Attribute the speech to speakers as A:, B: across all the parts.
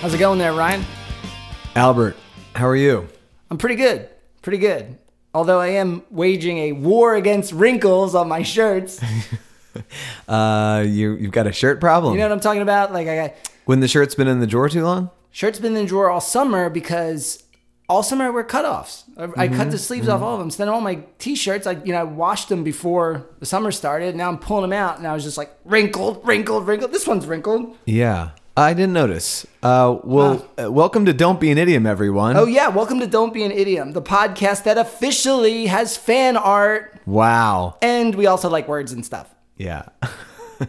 A: How's it going there, Ryan?
B: Albert, how are you?
A: I'm pretty good. Pretty good. Although I am waging a war against wrinkles on my shirts.
B: Uh, you you've got a shirt problem.
A: You know what I'm talking about? Like I got
B: when the shirt's been in the drawer too long.
A: shirt's been in the drawer all summer because all summer I wear cutoffs. I, I cut the sleeves off all of them. So then all my t-shirts, I you know I washed them before the summer started. Now I'm pulling them out, and I was just like wrinkled, wrinkled, wrinkled. This one's wrinkled.
B: Yeah, I didn't notice. Uh, well, uh, welcome to Don't Be an Idiom, everyone.
A: Oh yeah, welcome to Don't Be an Idiom, the podcast that officially has fan art,
B: wow.
A: and we also like words and stuff.
B: Yeah.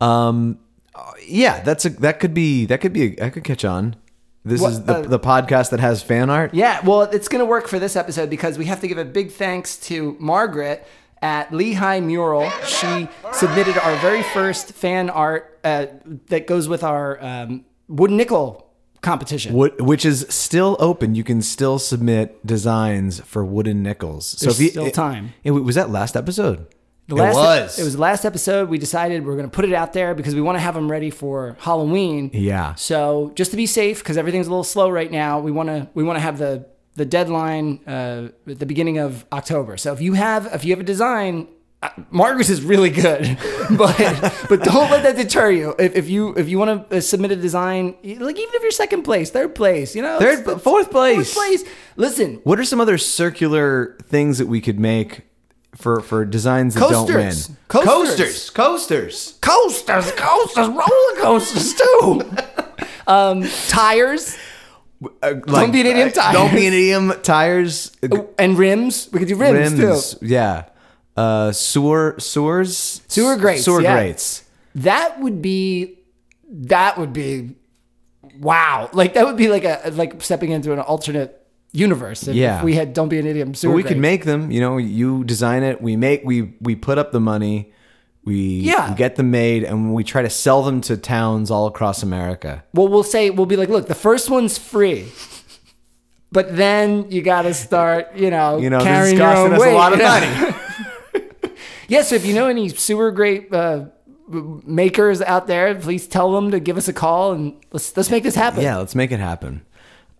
B: um, uh, yeah, that's a that could be that could be that could catch on. This
A: What,
B: is the,
A: uh,
B: the podcast that has fan art.
A: Yeah, well, it's going to work for this episode because we have to give a big thanks to Margaret at Lehigh Mural. She submitted our very first fan art uh, that goes with our um, wood nickel competition.
B: Wh- Which is still open. You can still submit designs for wooden nickels. So
A: There's
B: if you,
A: still
B: it-
A: time.
B: It, was that last episode?
A: The last, e-,
B: it was.
A: It was the last episode. We decided we're going to put it out there because we want to have them ready for Halloween.
B: Yeah.
A: So just to be safe, because everything's a little slow right now, we want to we want to have the the deadline uh, at the beginning of October. So if you have if you have a design, uh, Margaret's is really good, but but don't let that deter you. If, if you if you want to uh, submit a design, like even if you're second place, third place, you know,
B: Third-
A: it's- it's-
B: fourth place.
A: fourth place. Listen,
B: What are some other circular things that we could make for for designs that don't win?
A: Coasters. Coasters.
B: coasters, coasters.
A: coasters, coasters, roller coasters too. um, tires
B: Uh,
A: Don't be an idiom,
B: uh, Don't be an idiom. Tires, uh,
A: and rims. We could do rims,
B: rims.
A: too.
B: Yeah. Uh, sewer, sewers,
A: Sewer grates,
B: sewer
A: yeah.
B: grates.
A: That would be. That would be. Wow, like that would be like a like stepping into an alternate universe. If, if
B: Yeah.
A: we had don't be an idiom. Sewer
B: We could
A: grade.
B: make them. You know, you design it. We make. We we put up the money. We
A: Yeah.
B: we get them made, and we try to sell them to towns all across America.
A: Well, we'll say we'll be like, look, the first one's free. But then you got to start, you know,
B: You know, this is
A: carrying your
B: costing
A: own
B: us a
A: weight,
B: lot of
A: you know? yeah, so if you know any sewer grate uh, m- makers out there, please tell them to give us a call and let's let's make this happen.
B: Yeah, let's make it happen.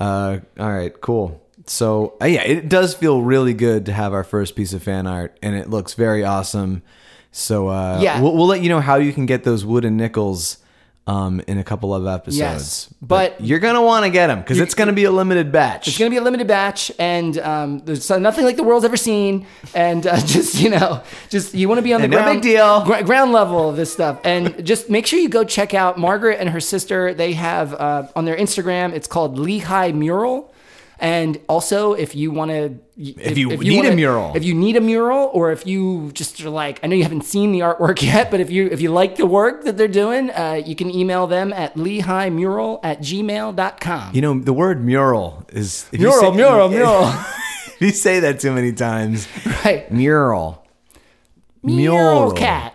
B: Uh, all right, cool. So uh, yeah, it does feel really good to have our first piece of fan art, and it looks very awesome. So uh,
A: Yeah.
B: we'll, we'll let you know how you can get those wooden nickels um, in a couple of episodes.
A: Yes, but-
B: you're gonna want to get them because it's gonna be a limited batch.
A: It's gonna be a limited batch, and um, there's so- nothing like the world's ever seen. And uh, just you know, just you want to be on the
B: And no
A: ground,
B: big deal.
A: gra- ground level of this stuff. And just make sure you go check out Margaret and her sister. They have uh, on their Instagram. It's called Lehigh Mural. And also, if you want to, if,
B: you need a mural.
A: if you need a mural, or if you just are like, I know you haven't seen the artwork yet, but if you if you like the work that they're doing, uh, you can email them at lehighmural at gmail.com.
B: you know the word mural is if you
A: Mural,
B: say-
A: mural, mural.
B: if you say that too many times,
A: Right.
B: mural,
A: Mule cat.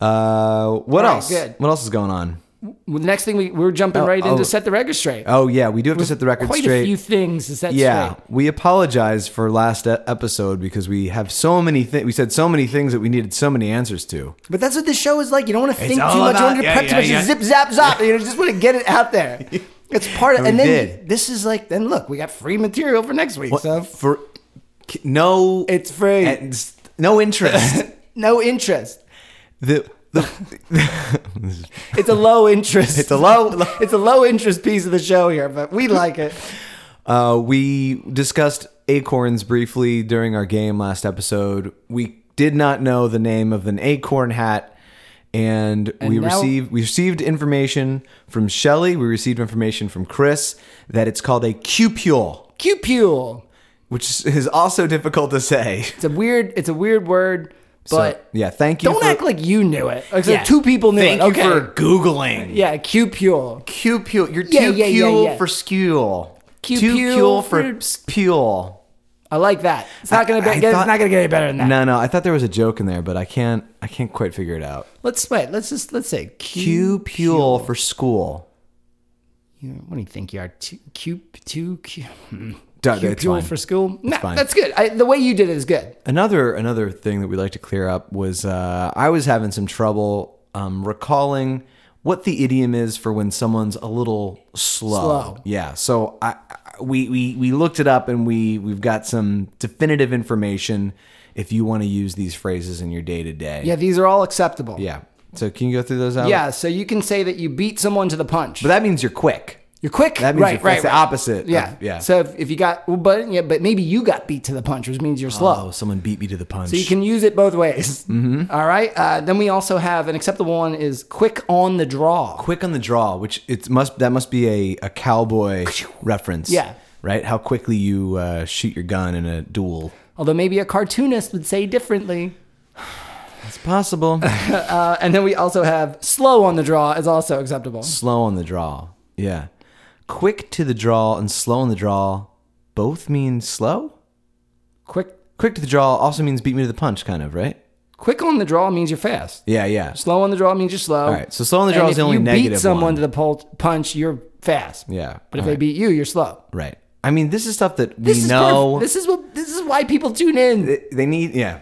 B: Uh, what
A: right,
B: else?
A: good.
B: What else is going on?
A: Well, the next thing we, we're jumping right
B: oh.
A: into set the record straight.
B: Oh yeah, we do have to set the record
A: Quite
B: straight.
A: a few things to set
B: Yeah,
A: straight.
B: we apologize for last e- episode because we have so many things. We said so many things that we needed so many answers to.
A: But that's what this show is like. You don't want to think too much.
B: all
A: you
B: about-
A: don't want to
B: yeah,
A: prep too
B: yeah,
A: much. You
B: yeah.
A: zip, zap, zap. You know, just want to get it out there. It's part of,
B: And
A: and,
B: we
A: then
B: did.
A: this is like, then look, we got free material for next week. So
B: for k- no,
A: it's free.
B: and s- no interest.
A: no interest.
B: the, the
A: It's a low interest.
B: it's a low. low-
A: it's a low interest piece of the show here, but we like it.
B: Uh, we discussed acorns briefly during our game last episode. We did not know the name of an acorn hat. And, we
A: now-
B: received we received information from Shelly. We received information from Chris that it's called a cupule.
A: Cupule.
B: which is also difficult to say.
A: It's a weird. It's a weird word, but.
B: so, yeah, thank you.
A: don't
B: for,
A: act like you knew it. Like, so
B: Yeah.
A: two people knew
B: Thank
A: it. Okay.
B: you for googling.
A: Yeah, Cupule.
B: Cupule. You're
A: Yeah,
B: too
A: yeah, yeah,
B: cule
A: yeah.
B: for skule.
A: Cupule
B: Too cule for
A: for-
B: spule.
A: I like that. It's not gonna be,
B: I
A: get, it's
B: thought-
A: not gonna get any better than that.
B: No, no, I thought there was a joke in there, but I can't. I can't quite figure it out.
A: Let's wait. Let's just let's say Q.
B: Cupule for school.
A: you- What do you think you are? Two, Q two Q.
B: Duh, it's
A: Cupule
B: fine.
A: for school. Nah,
B: fine.
A: that's good. I, the way you did it is good.
B: Another another thing that we'd like to clear up was uh, I was having some trouble um, recalling what the idiom is for when someone's a little slow.
A: Slow.
B: Yeah. So I, I we, we we looked it up and we we've got some definitive information if you want to use these phrases in your day to day.
A: Yeah, these are all acceptable.
B: Yeah. So can you go through those out?
A: Yeah, so you can say that you beat someone to the punch.
B: But that means you're quick.
A: You're quick.
B: That means
A: right,
B: you're,
A: right,
B: that's the
A: right.
B: opposite. of-
A: Yeah,
B: yeah.
A: So if, if you got, well, but yeah, but maybe you got beat to the punch, which means you're slow.
B: oh, someone beat me to the punch.
A: So you can use it both ways. Mm-hmm. right. Uh, then we also have an acceptable one is quick on the draw.
B: quick on the draw, which it must that must be a, a cowboy reference.
A: Yeah.
B: Right? How quickly you uh, shoot your gun in a duel.
A: Although maybe a cartoonist would say differently.
B: It's possible.
A: Uh, and then we also have slow on the draw is also acceptable.
B: slow on the draw. Yeah. Quick to the draw and slow on the draw both mean slow?
A: Quick,
B: Quick to the draw also means beat me to the punch, kind of, right?
A: quick on the draw means you're fast.
B: Yeah, yeah.
A: Slow on the draw means you're slow.
B: All right. So slow on the
A: And
B: draw is
A: if
B: the only
A: you
B: negative
A: beat someone
B: one.
A: to the pul- punch, you're fast.
B: yeah.
A: But if
B: all
A: they beat you, you're slow.
B: right. right. I mean, this is stuff that
A: This
B: we
A: is
B: know.
A: perf- this is what this is why people tune in.
B: They- they need yeah.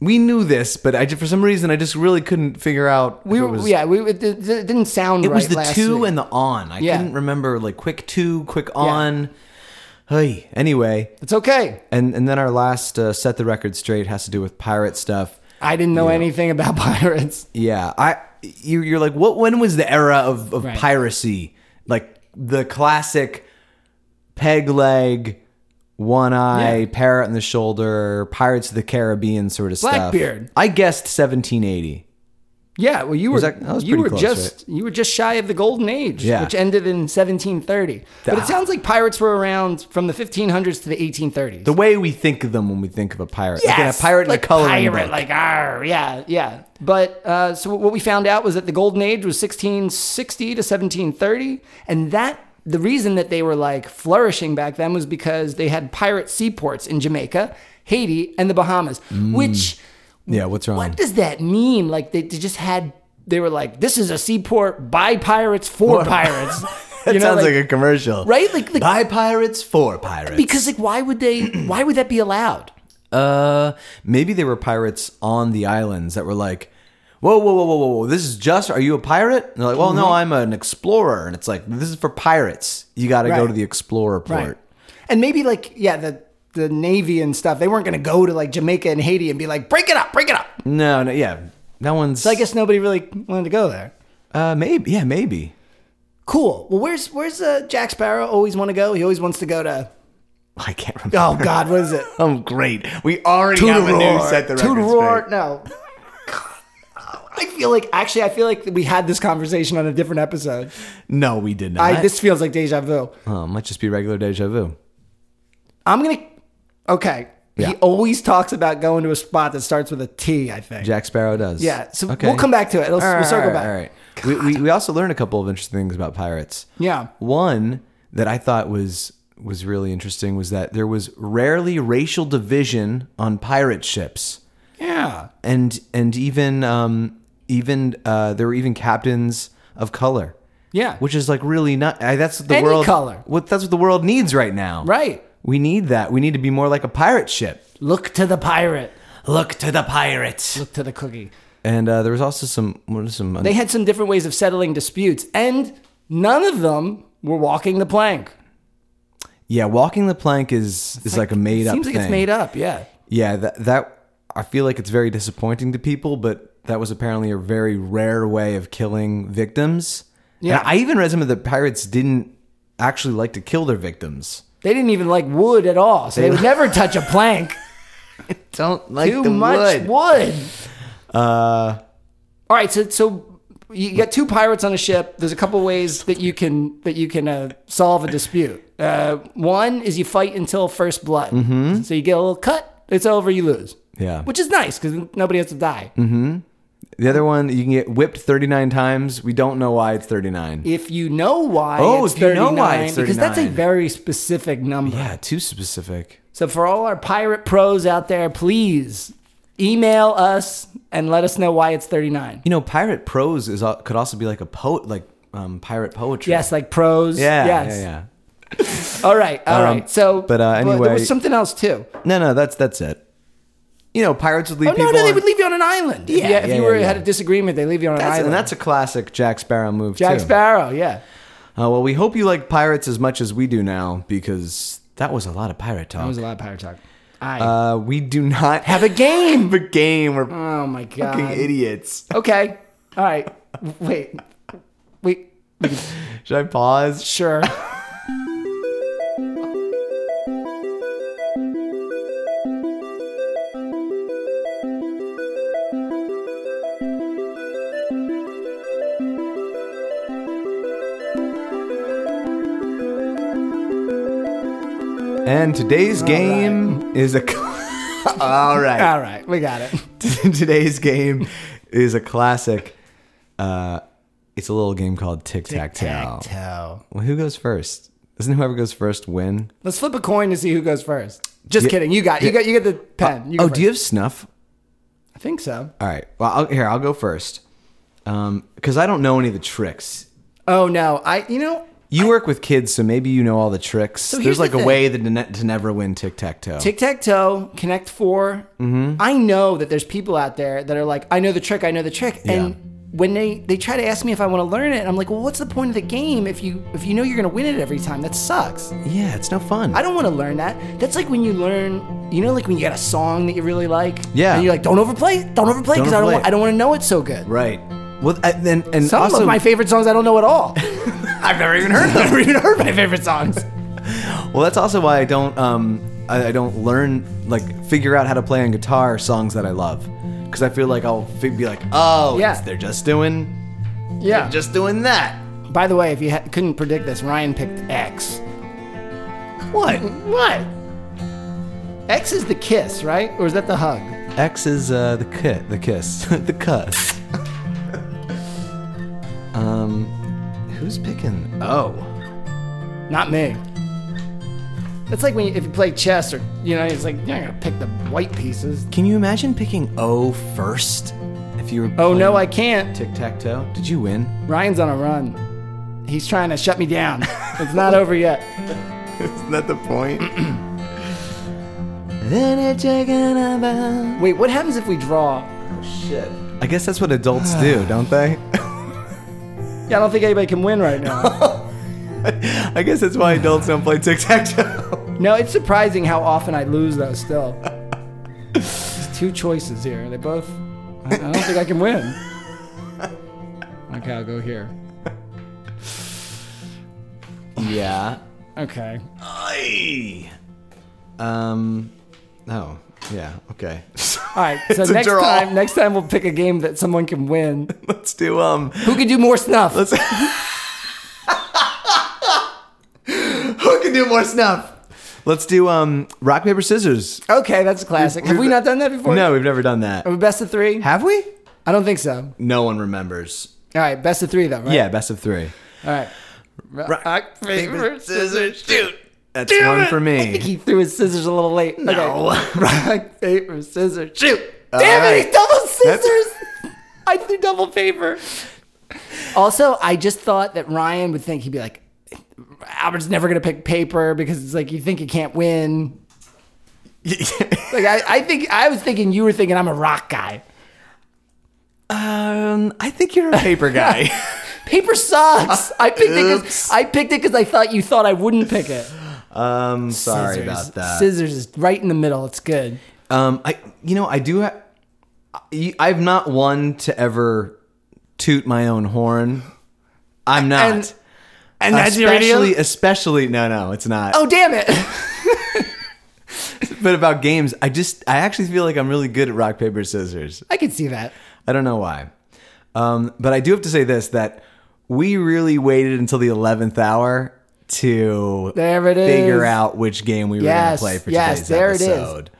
B: We knew this, but I ju- for some reason I just really couldn't figure out.
A: We
B: if it
A: were,
B: was-
A: yeah, we it, it didn't sound
B: It
A: right.
B: was the
A: last
B: two
A: week.
B: and the on. I
A: Yeah.
B: couldn't remember like quick two, quick on. Hey, anyway,
A: it's okay.
B: and and then our last uh, set the record straight has to do with pirate stuff.
A: I didn't know anything about pirates.
B: Yeah, I you you're like what? When was the era of of
A: Right.
B: piracy? Like the classic peg leg, one eye,
A: Yeah.
B: parrot in the shoulder, Pirates of the Caribbean sort of stuff.
A: Blackbeard.
B: I guessed 1780.
A: Yeah, well, you were
B: that- that was
A: you
B: pretty
A: were
B: close,
A: just you were just shy of the golden age,
B: Yeah.
A: which ended in 1730. But it
B: Ah.
A: sounds like pirates were around from the 1500s to the 1830s.
B: The way we think of them when we think of a pirate, like in a pirate
A: like
B: in a coloring
A: pirate,
B: book.
A: like arr, yeah, yeah. But uh, so what we found out was that the golden age was 1660 to 1730, and that the reason that they were like flourishing back then was because they had pirate seaports in Jamaica, Haiti, and the Bahamas,
B: Mm.
A: which
B: yeah, what's wrong?
A: what does that mean? Like they, they just had they were like, this is a seaport by pirates for pirates.
B: that sounds like, a commercial,
A: right? Like, like
B: By pirates for pirates.
A: because like why would they why would that be allowed?
B: uh, maybe they were pirates on the islands that were like, whoa, whoa, whoa, whoa, whoa, whoa, this is just. Are you a pirate? And they're like, well, no,
A: Mm-hmm.
B: I'm an explorer, and it's like this is for pirates. You got to
A: Right.
B: go to the explorer port.
A: Right. And maybe like yeah, the the navy and stuff. They weren't going to go to like Jamaica and Haiti and be like, break it up, break it up.
B: No, no, yeah, that one's.
A: So I guess nobody really wanted to go there.
B: uh, maybe, yeah, maybe.
A: Cool. Well, where's where's uh, Jack Sparrow always want to go? He always wants to go to.
B: I can't remember.
A: Oh God, what is it?
B: Oh, great. We already have a new
A: Tudor
B: set the record
A: Tudor
B: straight.
A: No. I feel like actually, I feel like we had this conversation on a different episode.
B: No, we did not.
A: I, this feels like deja vu.
B: Oh, it might just be regular deja vu.
A: I'm gonna. Okay.
B: Yeah.
A: He always talks about going to a spot that starts with a T. I think.
B: Jack Sparrow does.
A: Yeah. So we'll come back to it. Let's-
B: All right,
A: we'll circle
B: all right,
A: back.
B: All right. We, we, we also learned a couple of interesting things about pirates.
A: Yeah.
B: One that I thought was was really interesting was that there was rarely racial division on pirate ships,
A: Yeah.
B: and and even um, even uh, there were even captains of color,
A: Yeah.
B: which is like really not. I, that's what the
A: Any
B: world
A: color.
B: What that's what the world needs right now.
A: right.
B: We need that. We need to be more like a pirate ship.
A: Look to the pirate.
B: Look to the pirates.
A: Look to the cookie.
B: And uh, there was also some what is some
A: They had some different ways of settling disputes, and none of them were walking the plank.
B: Yeah, walking the plank is is like, a made up.
A: Seems like it's made up. Yeah.
B: Yeah, that that I feel like it's very disappointing to people, but that was apparently a very rare way of killing victims.
A: Yeah.
B: and I even read some of the pirates didn't actually like to kill their victims.
A: They didn't even like wood at all, so they would never touch a plank.
B: Don't like
A: Too much wood.
B: Uh,
A: All right, so so you got two pirates on a ship. There's a couple ways that you can that you can uh, solve a dispute. Uh, one is you fight until first blood. So you get a little cut. It's over. You lose.
B: yeah. Mm-hmm.
A: Which is nice because nobody has to die.
B: The other one, you can get whipped thirty nine times. We don't know why it's thirty nine.
A: If you know why,
B: Oh,
A: it's
B: if you know
A: 39,
B: why it's
A: because that's a
B: 39.
A: very specific number.
B: Yeah, too specific.
A: So for all our pirate pros out there, please email us and let us know why it's 39.
B: You know, pirate prose is could also be like a poet, like um, pirate poetry.
A: Yes, like pros.
B: Yeah.
A: Yes.
B: Yeah. yeah.
A: All right. all right.
B: Um,
A: So,
B: but, uh,
A: there
B: anyway-
A: was something else too.
B: No, no, that's that's it. you know, pirates would leave
A: Oh no,
B: people.
A: no, they
B: on-
A: would leave you on an island. If you-
B: Yeah,
A: if
B: yeah,
A: you were
B: yeah, yeah.
A: had a disagreement, they leave you on an
B: That's,
A: island.
B: and that's a classic Jack Sparrow move
A: Jack
B: too.
A: Sparrow. Yeah.
B: Uh, well, we hope you like pirates as much as we do now, because that was a lot of pirate
A: That
B: talk.
A: was a lot of pirate talk. I
B: Uh, we do not
A: have a game.
B: have a game. We're
A: Oh my god.
B: fucking idiots.
A: Okay. All right. Wait. Wait.
B: Should I pause?
A: Sure.
B: And today's game is a. All right.
A: All right. We got it.
B: today's game is a classic. Uh, it's a little game called Tic Tac Toe.
A: Tactile.
B: Well, who goes first? Doesn't whoever goes first win?
A: Let's flip a coin to see who goes first. Just
B: Yeah.
A: kidding. You got you got you got the pen. You go
B: oh,
A: first.
B: do you have snuff?
A: I think so.
B: All right. Well, I'll, here I'll go first, because I don't know any of the tricks.
A: Oh no. I you know
B: You work with kids, so maybe you know all the tricks.
A: here's
B: There's
A: the
B: like a
A: thing.
B: way that to, ne- to never win tic tac toe.
A: tic tac toe connect 4
B: Mm-hmm.
A: I know that there's people out there that are like I know the trick. I know the trick.
B: Yeah.
A: And when they they try to ask me if I want to learn it, I'm like, well, what's the point of the game if you if you know you're gonna win it every time? That sucks.
B: yeah, it's no fun.
A: I don't want to learn that. That's like when you learn, you know, like when you got a song that you really like.
B: Yeah.
A: And you're like, don't overplay, it, don't overplay,
B: Don't
A: because I don't,
B: overplay
A: want,
B: it.
A: I don't want to know it so good.
B: right. Well, I, and and
A: Some
B: also
A: of my favorite songs I don't know at all.
B: I've never even heard
A: I've never even heard my favorite songs.
B: Well, that's also why I don't um I, I don't learn like figure out how to play on guitar songs that I love because I feel like I'll fi- be like oh
A: Yeah.
B: it's- they're just doing
A: Yeah.
B: just doing that
A: By the way, if you ha- couldn't predict this, Ryan picked X.
B: what
A: What? X is the kiss, right? Or is that the hug?
B: X is uh, the kit the kiss the cuss um who's picking oh
A: Not me. That's like when you, if you play chess or, you know, it's like, you're not going to pick the white pieces.
B: can you imagine picking O first if you were
A: Oh, no, I can't.
B: tic tac toe did you win
A: Ryan's on a run. He's trying to shut me down. It's not over yet.
B: isn't that the point then it's taken about
A: Wait, what happens if we draw?
B: Shit. I guess that's what adults do, don't they?
A: Yeah, I don't think anybody can win right now.
B: I guess that's why adults don't play tic tac toe.
A: no, it's surprising how often I lose though. Still, There's two choices here. They both. I, I don't think I can win. Okay, I'll go here.
B: Yeah.
A: Okay.
B: Aye. Um. Oh. Yeah. Okay.
A: All right. So
B: It's a
A: next
B: draw.
A: time, next time we'll pick a game that someone can win.
B: Let's do um.
A: Who can do more snuff?
B: Let's. Who can do more snuff? Let's do um. Rock paper scissors.
A: okay, that's a classic. Have we not done that before?
B: No, we've never done that.
A: Are Oh. we best of three?
B: Have we?
A: I don't think so.
B: No one remembers.
A: All right, best of three though, right?
B: Yeah, best of three.
A: All right. Rock, paper, scissors,
B: shoot. That's
A: Damn
B: one
A: it!
B: for
A: I think
B: me.
A: he threw his scissors a little late.
B: No.
A: Okay. Rock, paper, scissors, shoot.
B: All
A: Damn it, he
B: right.
A: double
B: That's-
A: scissors. I threw double paper. Also, I just thought that Ryan would think he'd be like, Albert's never going to pick paper because it's like you think you can't win. Like, I, I think I was thinking you were thinking I'm a rock guy.
B: Um, I think you're a paper guy.
A: Paper sucks. I picked it because
B: Oops.
A: I picked it because I thought you thought I wouldn't pick it.
B: um, sorry
A: Scissors.
B: about that.
A: Scissors is right in the middle. It's good.
B: Um, I, you know, I do. Ha- I- I've not one to ever toot my own horn. I'm not.
A: And- And
B: especially, especially no, no, it's not.
A: Oh damn it!
B: But about games, I just, I actually feel like I'm really good at rock paper scissors.
A: I can see that.
B: I don't know why. Um, but I do have to say this that we really waited until the 11th hour to
A: There it is.
B: figure out which game we
A: Yes,
B: were going to play for
A: yes,
B: today's
A: there it is.
B: episode.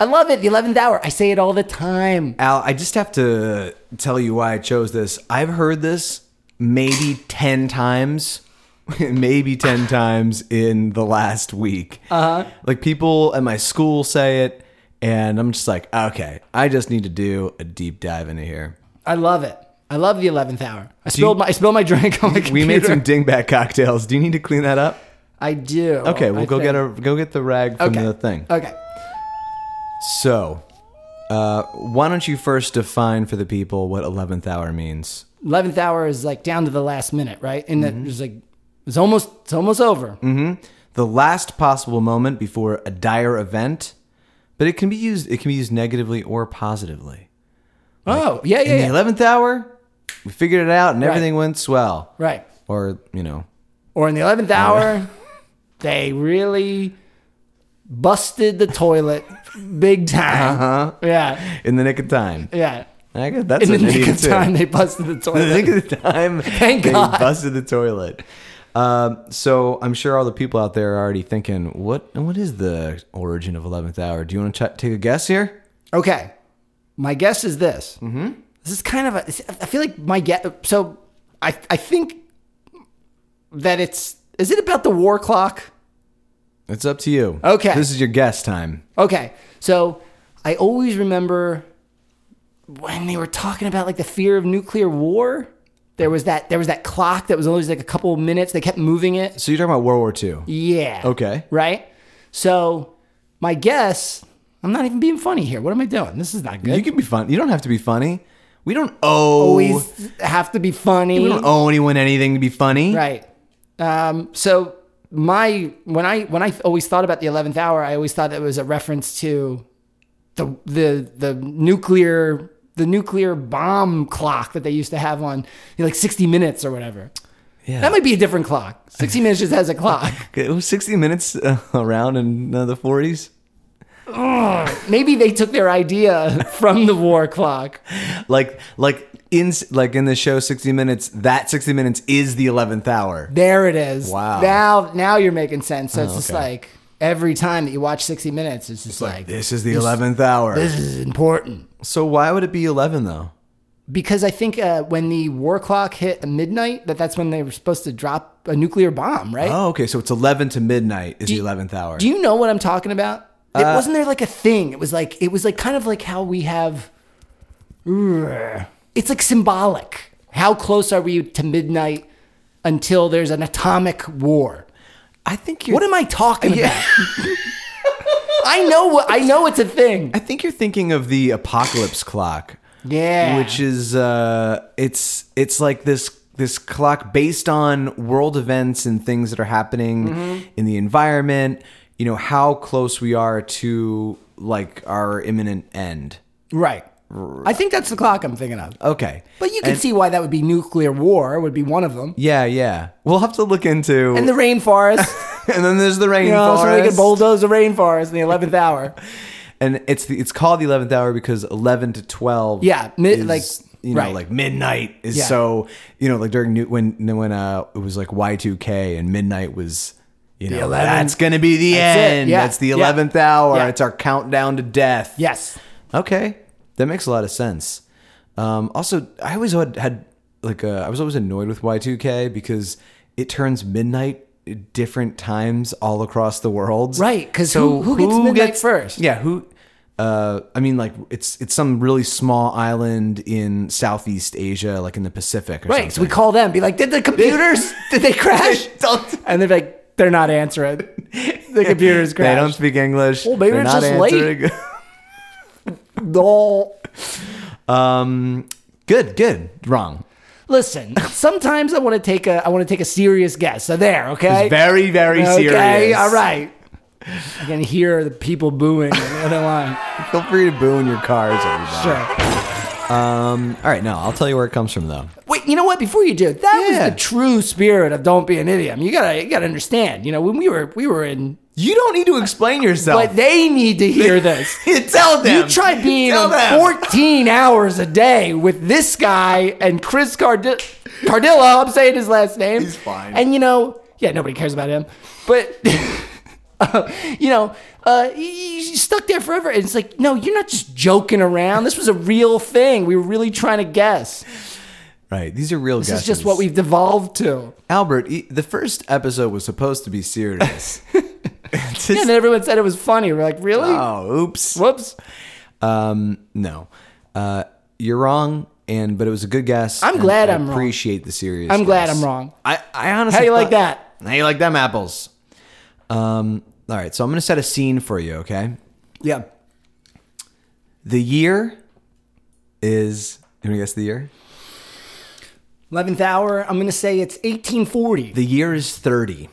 A: I love it. The eleventh hour. I say it all the time.
B: Al, I just have to tell you why I chose this. I've heard this maybe 10 times, maybe 10 times in the last week. Uh-huh. Like people at my school say it, and I'm just like, okay, I just need to do a deep dive into here.
A: I love it. I love the eleventh hour. I
B: you-
A: spilled my I spilled my drink on my computer.
B: We made some dingbat cocktails. Do you need to clean that up?
A: I do.
B: Okay, we'll
A: Oh, I
B: go get
A: think.
B: a go get the rag from
A: Okay.
B: the thing.
A: Okay.
B: So, Uh, why don't you first define for the people what 11th hour means?
A: Eleventh hour is like down to the last minute, right? And
B: Mm-hmm.
A: that there's like it's almost it's almost over.
B: The last possible moment before a dire event, but it can be used it can be used negatively or positively.
A: Oh yeah, yeah,
B: In the
A: yeah.
B: 11th hour, we figured it out and everything went swell.
A: right.
B: Or, you know,
A: Or in the eleventh hour, they really busted the toilet big time.
B: uh-huh,
A: Yeah,
B: in the nick of time.
A: yeah.
B: I guess that's
A: In the
B: an
A: nick
B: idiot
A: of
B: too.
A: time, they busted the
B: In the
A: toilet.
B: nick of the time,
A: Thank
B: they
A: God.
B: busted the toilet. Um, so I'm sure all the people out there are already thinking, what what is the origin of 11th hour? Do you want to ch- take a guess here?
A: Okay. My guess is this. Mm-hmm. This is kind of a. I feel like my guess. So I I think that it's. Is it about the war clock?
B: It's up to you.
A: Okay.
B: This is your guess time.
A: Okay. So I always remember when they were talking about like the fear of nuclear war. There was that. There was that clock that was always like a couple of minutes. They kept moving it.
B: So you're talking about World War II.
A: Yeah.
B: Okay.
A: Right. So my guess. I'm not even being funny here. What am I doing? This is not good.
B: You can be fun. You don't have to be funny. We don't owe
A: always have to be funny.
B: we don't owe anyone anything to be funny.
A: Right. Um, so my when I when I always thought about the eleventh hour, I always thought it was a reference to the the the nuclear the nuclear bomb clock that they used to have on you know, like sixty minutes or whatever.
B: Yeah.
A: That might be a different clock. Sixty minutes just has a clock.
B: It was 60 minutes uh, around in uh, the 40s.
A: Maybe they took their idea from the war clock.
B: Like like in like in the show 60 minutes, that 60 minutes is the 11th hour.
A: There it is.
B: Wow. Oh,
A: Now now you're making sense. So it's just
B: okay.
A: like every time that you watch sixty minutes, it's just like,
B: This is the 11th hour.
A: this is important.
B: so why would it be 11 though?
A: because I think uh, when the war clock hit midnight, that that's when they were supposed to drop a nuclear bomb, right?
B: Oh, okay. So it's 11 to midnight is the 11th hour.
A: Do you know what I'm talking about? It
B: Uh,
A: wasn't there like a thing. It was like it was like kind of like how we have. It's like symbolic. How close are we to midnight until there's an atomic war?
B: I think you're
A: What am I talking about? I know what I know. It's a thing.
B: I think you're thinking of the apocalypse clock.
A: Yeah.
B: which is uh it's it's like this this clock based on world events and things that are happening
A: Mm-hmm.
B: in the environment you know how close we are to like our imminent end
A: right. I think that's the clock I'm thinking of.
B: okay
A: But you can see why that would be nuclear war would be one of them.
B: yeah yeah we'll have to look into
A: And
B: and,
A: the rainforest.
B: then there's the rainforest
A: You know, so we could bulldoze the rainforest in the eleventh hour.
B: and it's the, it's called the 11th hour because 11 to 12
A: Yeah, mid-
B: is,
A: like,
B: you know
A: right.
B: like midnight is
A: Yeah.
B: so you know like during new, when when uh it was like y2k and midnight was you know
A: 11th.
B: that's gonna be the
A: That's it,
B: end
A: yeah,
B: that's the
A: yeah,
B: 11th hour
A: yeah.
B: it's our countdown to death
A: Yes.
B: okay that makes a lot of sense um also i always had, had like uh, i was always annoyed with y2k because it turns midnight at different times all across the world
A: Right, 'cause who- who gets midnight first?
B: yeah, who? Uh, I mean, like it's it's some really small island in Southeast Asia, like in the Pacific, or
A: Right. So we
B: something.
A: call them, be like, did the computers did they crash?
B: Don't-
A: And they're like, they're not answering. The computers
B: they
A: crashed.
B: don't speak English.
A: Well, Oh, maybe
B: They're
A: it's
B: not
A: just late.
B: answering.
A: No.
B: um, good, good. Wrong.
A: Listen, sometimes I want to take a I want to take a serious guess. So there, okay?
B: It's very, very
A: okay,
B: serious.
A: all right. I can hear the people booing on the other line.
B: Feel free to boo in your cars, everybody.
A: Sure.
B: Um, all right, no, I'll tell you where it comes from, though.
A: Wait, you know what? Before you do, that
B: Yeah.
A: was the true spirit of "Don't be an idiot." I mean, you gotta, you gotta understand. You know, when we were, we were in
B: You don't need to explain yourself.
A: But they need to hear this.
B: tell them.
A: You try being
B: Tell
A: on
B: them.
A: 14 hours a day with this guy and Chris Card- Cardillo. I'm saying his last name.
B: He's fine.
A: And you know, yeah, nobody cares about him. But, uh, you know, uh, y- y- you're stuck there forever. And it's like, no, you're not just joking around. This was a real thing. We were really trying to guess.
B: Right, these are real
A: This is just what we've devolved to.
B: Albert, e- the first episode was supposed to be serious. It's just-
A: And then everyone said it was funny. We're like, really?
B: oh, oops.
A: Whoops.
B: Um, no, uh, you're wrong. And but it was a good guess.
A: I'm
B: and
A: glad
B: I
A: I'm wrong.
B: Appreciate the seriousness.
A: I'm glad I'm wrong.
B: I, I honestly.
A: How you like
B: thought-
A: that?
B: How you like them apples? Um. All right. So I'm gonna set a scene for you. Okay.
A: Yeah.
B: The year is. You want to guess the year?
A: 11th hour. I'm going to say it's 1840.
B: The year is 30.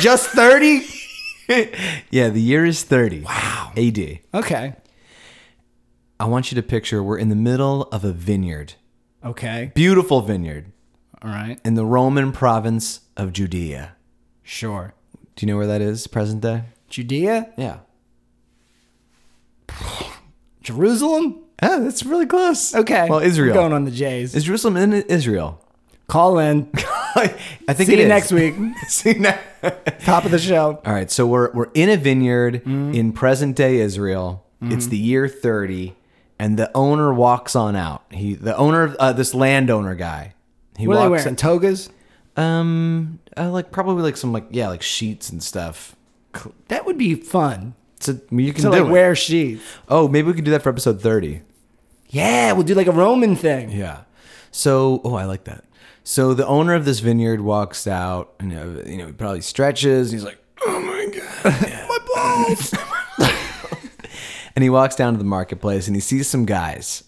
B: Just 30? yeah, the year is 30. Wow. AD.
A: Okay.
B: I want you to picture we're in the middle of a vineyard,
A: Okay.
B: beautiful vineyard
A: All right.
B: in the Roman province of Judea.
A: Sure.
B: Do you know where that is, present day?
A: Judea,
B: Yeah.
A: Jerusalem.
B: Ah, that's really close.
A: Okay.
B: Well, Israel.
A: We're going on the J's.
B: Is Jerusalem in Israel?
A: Call in.
B: I think
A: See
B: it
A: you
B: is.
A: next week.
B: See you next.
A: Top of the show.
B: All right, so we're we're in a vineyard
A: Mm.
B: in present day Israel.
A: Mm-hmm.
B: It's the year thirty, and the owner walks on out. He the owner of uh, this landowner guy. He
A: What are they
B: walks
A: wearing? Togas?
B: in- um uh, like probably like some like yeah like sheets and stuff.
A: That would be fun.
B: So you can
A: To
B: do
A: like
B: it.
A: wear sheets.
B: Oh, maybe we could do that for episode thirty.
A: Yeah, we'll do like a Roman thing.
B: Yeah. So, oh, I like that. So the owner of this vineyard walks out, and uh, you know he probably stretches. And he's like, "Oh my god, my balls!" and he walks down to the marketplace, and he sees some guys,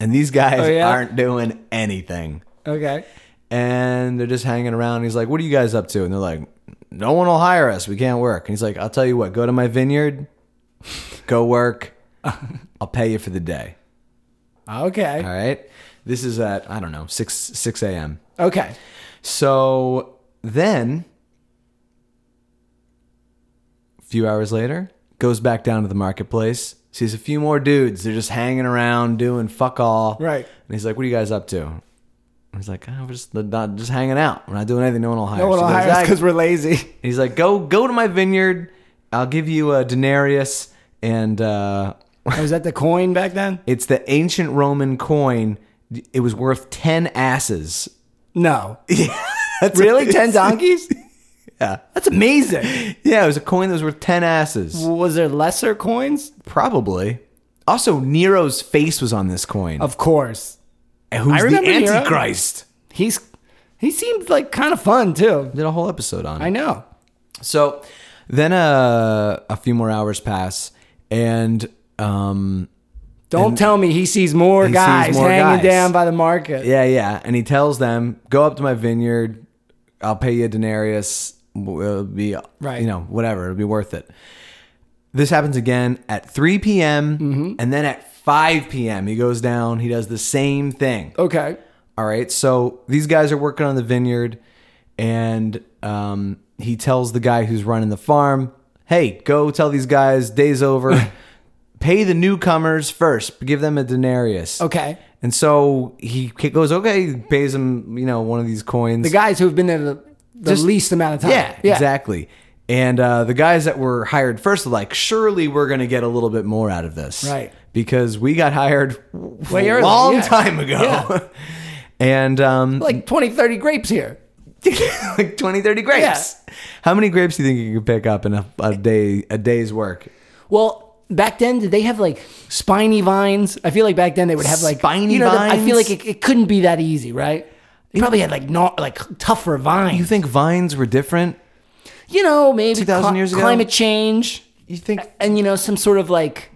B: and these guys
A: Oh, yeah?
B: aren't doing anything,
A: Okay.
B: and they're just hanging around. And he's like, "What are you guys up to?" And they're like, "No one will hire us. We can't work." And he's like, "I'll tell you what. Go to my vineyard, go work. I'll pay you for the day."
A: Okay.
B: All right. This is at I don't know six six a.m.
A: Okay.
B: So then, a few hours later, goes back down to the marketplace, sees a few more dudes. They're just hanging around doing fuck all.
A: Right.
B: And he's like, What are you guys up to? And he's like, oh, We're just, they're not, just hanging out. We're not doing anything. No one will hire
A: No one
B: So
A: will
B: there's
A: hire us
B: that-
A: because we're lazy.
B: and he's like, Go go to my vineyard. I'll give you a denarius. And uh,
A: Was Oh, that the coin back then?
B: it's the ancient Roman coin. It was worth 10 asses.
A: No.
B: That's
A: Really? Ten donkeys?
B: Yeah.
A: That's amazing.
B: Yeah, it was a coin that was worth 10 asses.
A: Was there lesser coins?
B: Probably. Oh, Also, Nero's face was on this coin.
A: Of course.
B: And who's
A: I remember
B: the
A: Nero.
B: Antichrist?
A: He's he seemed like kind of fun too.
B: Did a whole episode on it.
A: I know.
B: So then uh, a few more hours pass, and um,
A: Don't tell me he sees more
B: sees
A: guys
B: more
A: hanging
B: guys.
A: down by the market.
B: yeah, yeah. And he tells them, go up to my vineyard. I'll pay you a denarius. It'll be,
A: Right.
B: you know, whatever. It'll be worth it. This happens again at 3 p.m. And then at 5 p.m., he goes down. He does the same thing.
A: Okay.
B: All right. So these guys are working on the vineyard, and um, he tells the guy who's running the farm, "Hey, go tell these guys day's over. Pay the newcomers first. Give them a denarius."
A: Okay.
B: And so he goes, "Okay," he pays them, you know, one of these coins.
A: The guys who have been there the, the
B: Just-
A: least amount of time.
B: Yeah, exactly. And uh, the guys that were hired first are like, surely we're going to get a little bit more out of this.
A: Right.
B: Because we got hired
A: Way
B: a
A: early,
B: long
A: yeah.
B: time ago.
A: Yeah.
B: and um,
A: Like 20, 30 grapes here.
B: like 20 30 grapes how many grapes do you think you could pick up in a, a day a day's work
A: Well, back then, did they have like spiny vines? I feel like back then they would have like
B: Spiny
A: you know, the- I feel
B: vines?
A: like it, it couldn't be that easy, right? They probably had like not like tougher vines.
B: you think vines were different
A: you know, maybe
B: 2,000
A: cli-
B: years ago?
A: climate change
B: you think
A: and, you know, some sort of like,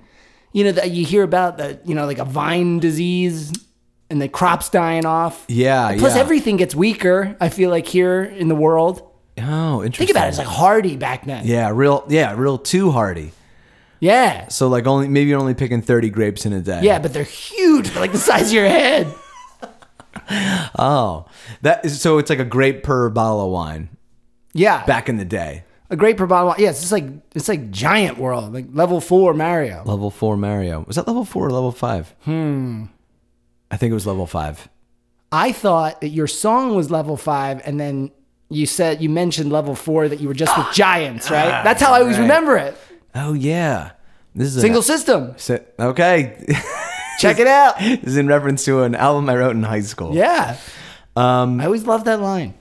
A: you know, that you hear about the, you know, like a vine disease and the crops dying off.
B: yeah
A: Plus,
B: yeah.
A: everything gets weaker, I feel like, here in the world.
B: oh interesting
A: Think about it. It's like hardy back then. Yeah.
B: yeah real yeah real too hardy so like only maybe you're only picking 30 grapes in a day
A: Yeah, but they're huge. They're like the size of your head.
B: oh that is so it's like a grape per bottle of wine
A: Yeah.
B: back in the day
A: A great per bottle. Yeah, it's just like, it's like giant world, like level four Mario.
B: level four mario was that level four or level five hmm i think it was level five
A: I thought that your song was level five, and then you said you mentioned level four that you were just with giants, right? That's how I always
B: Ah, right.
A: remember it.
B: oh yeah this is
A: Single
B: a,
A: system.
B: si- okay
A: Check it out.
B: This is in reference to an album I wrote in high school.
A: Yeah. Um, I always love that line.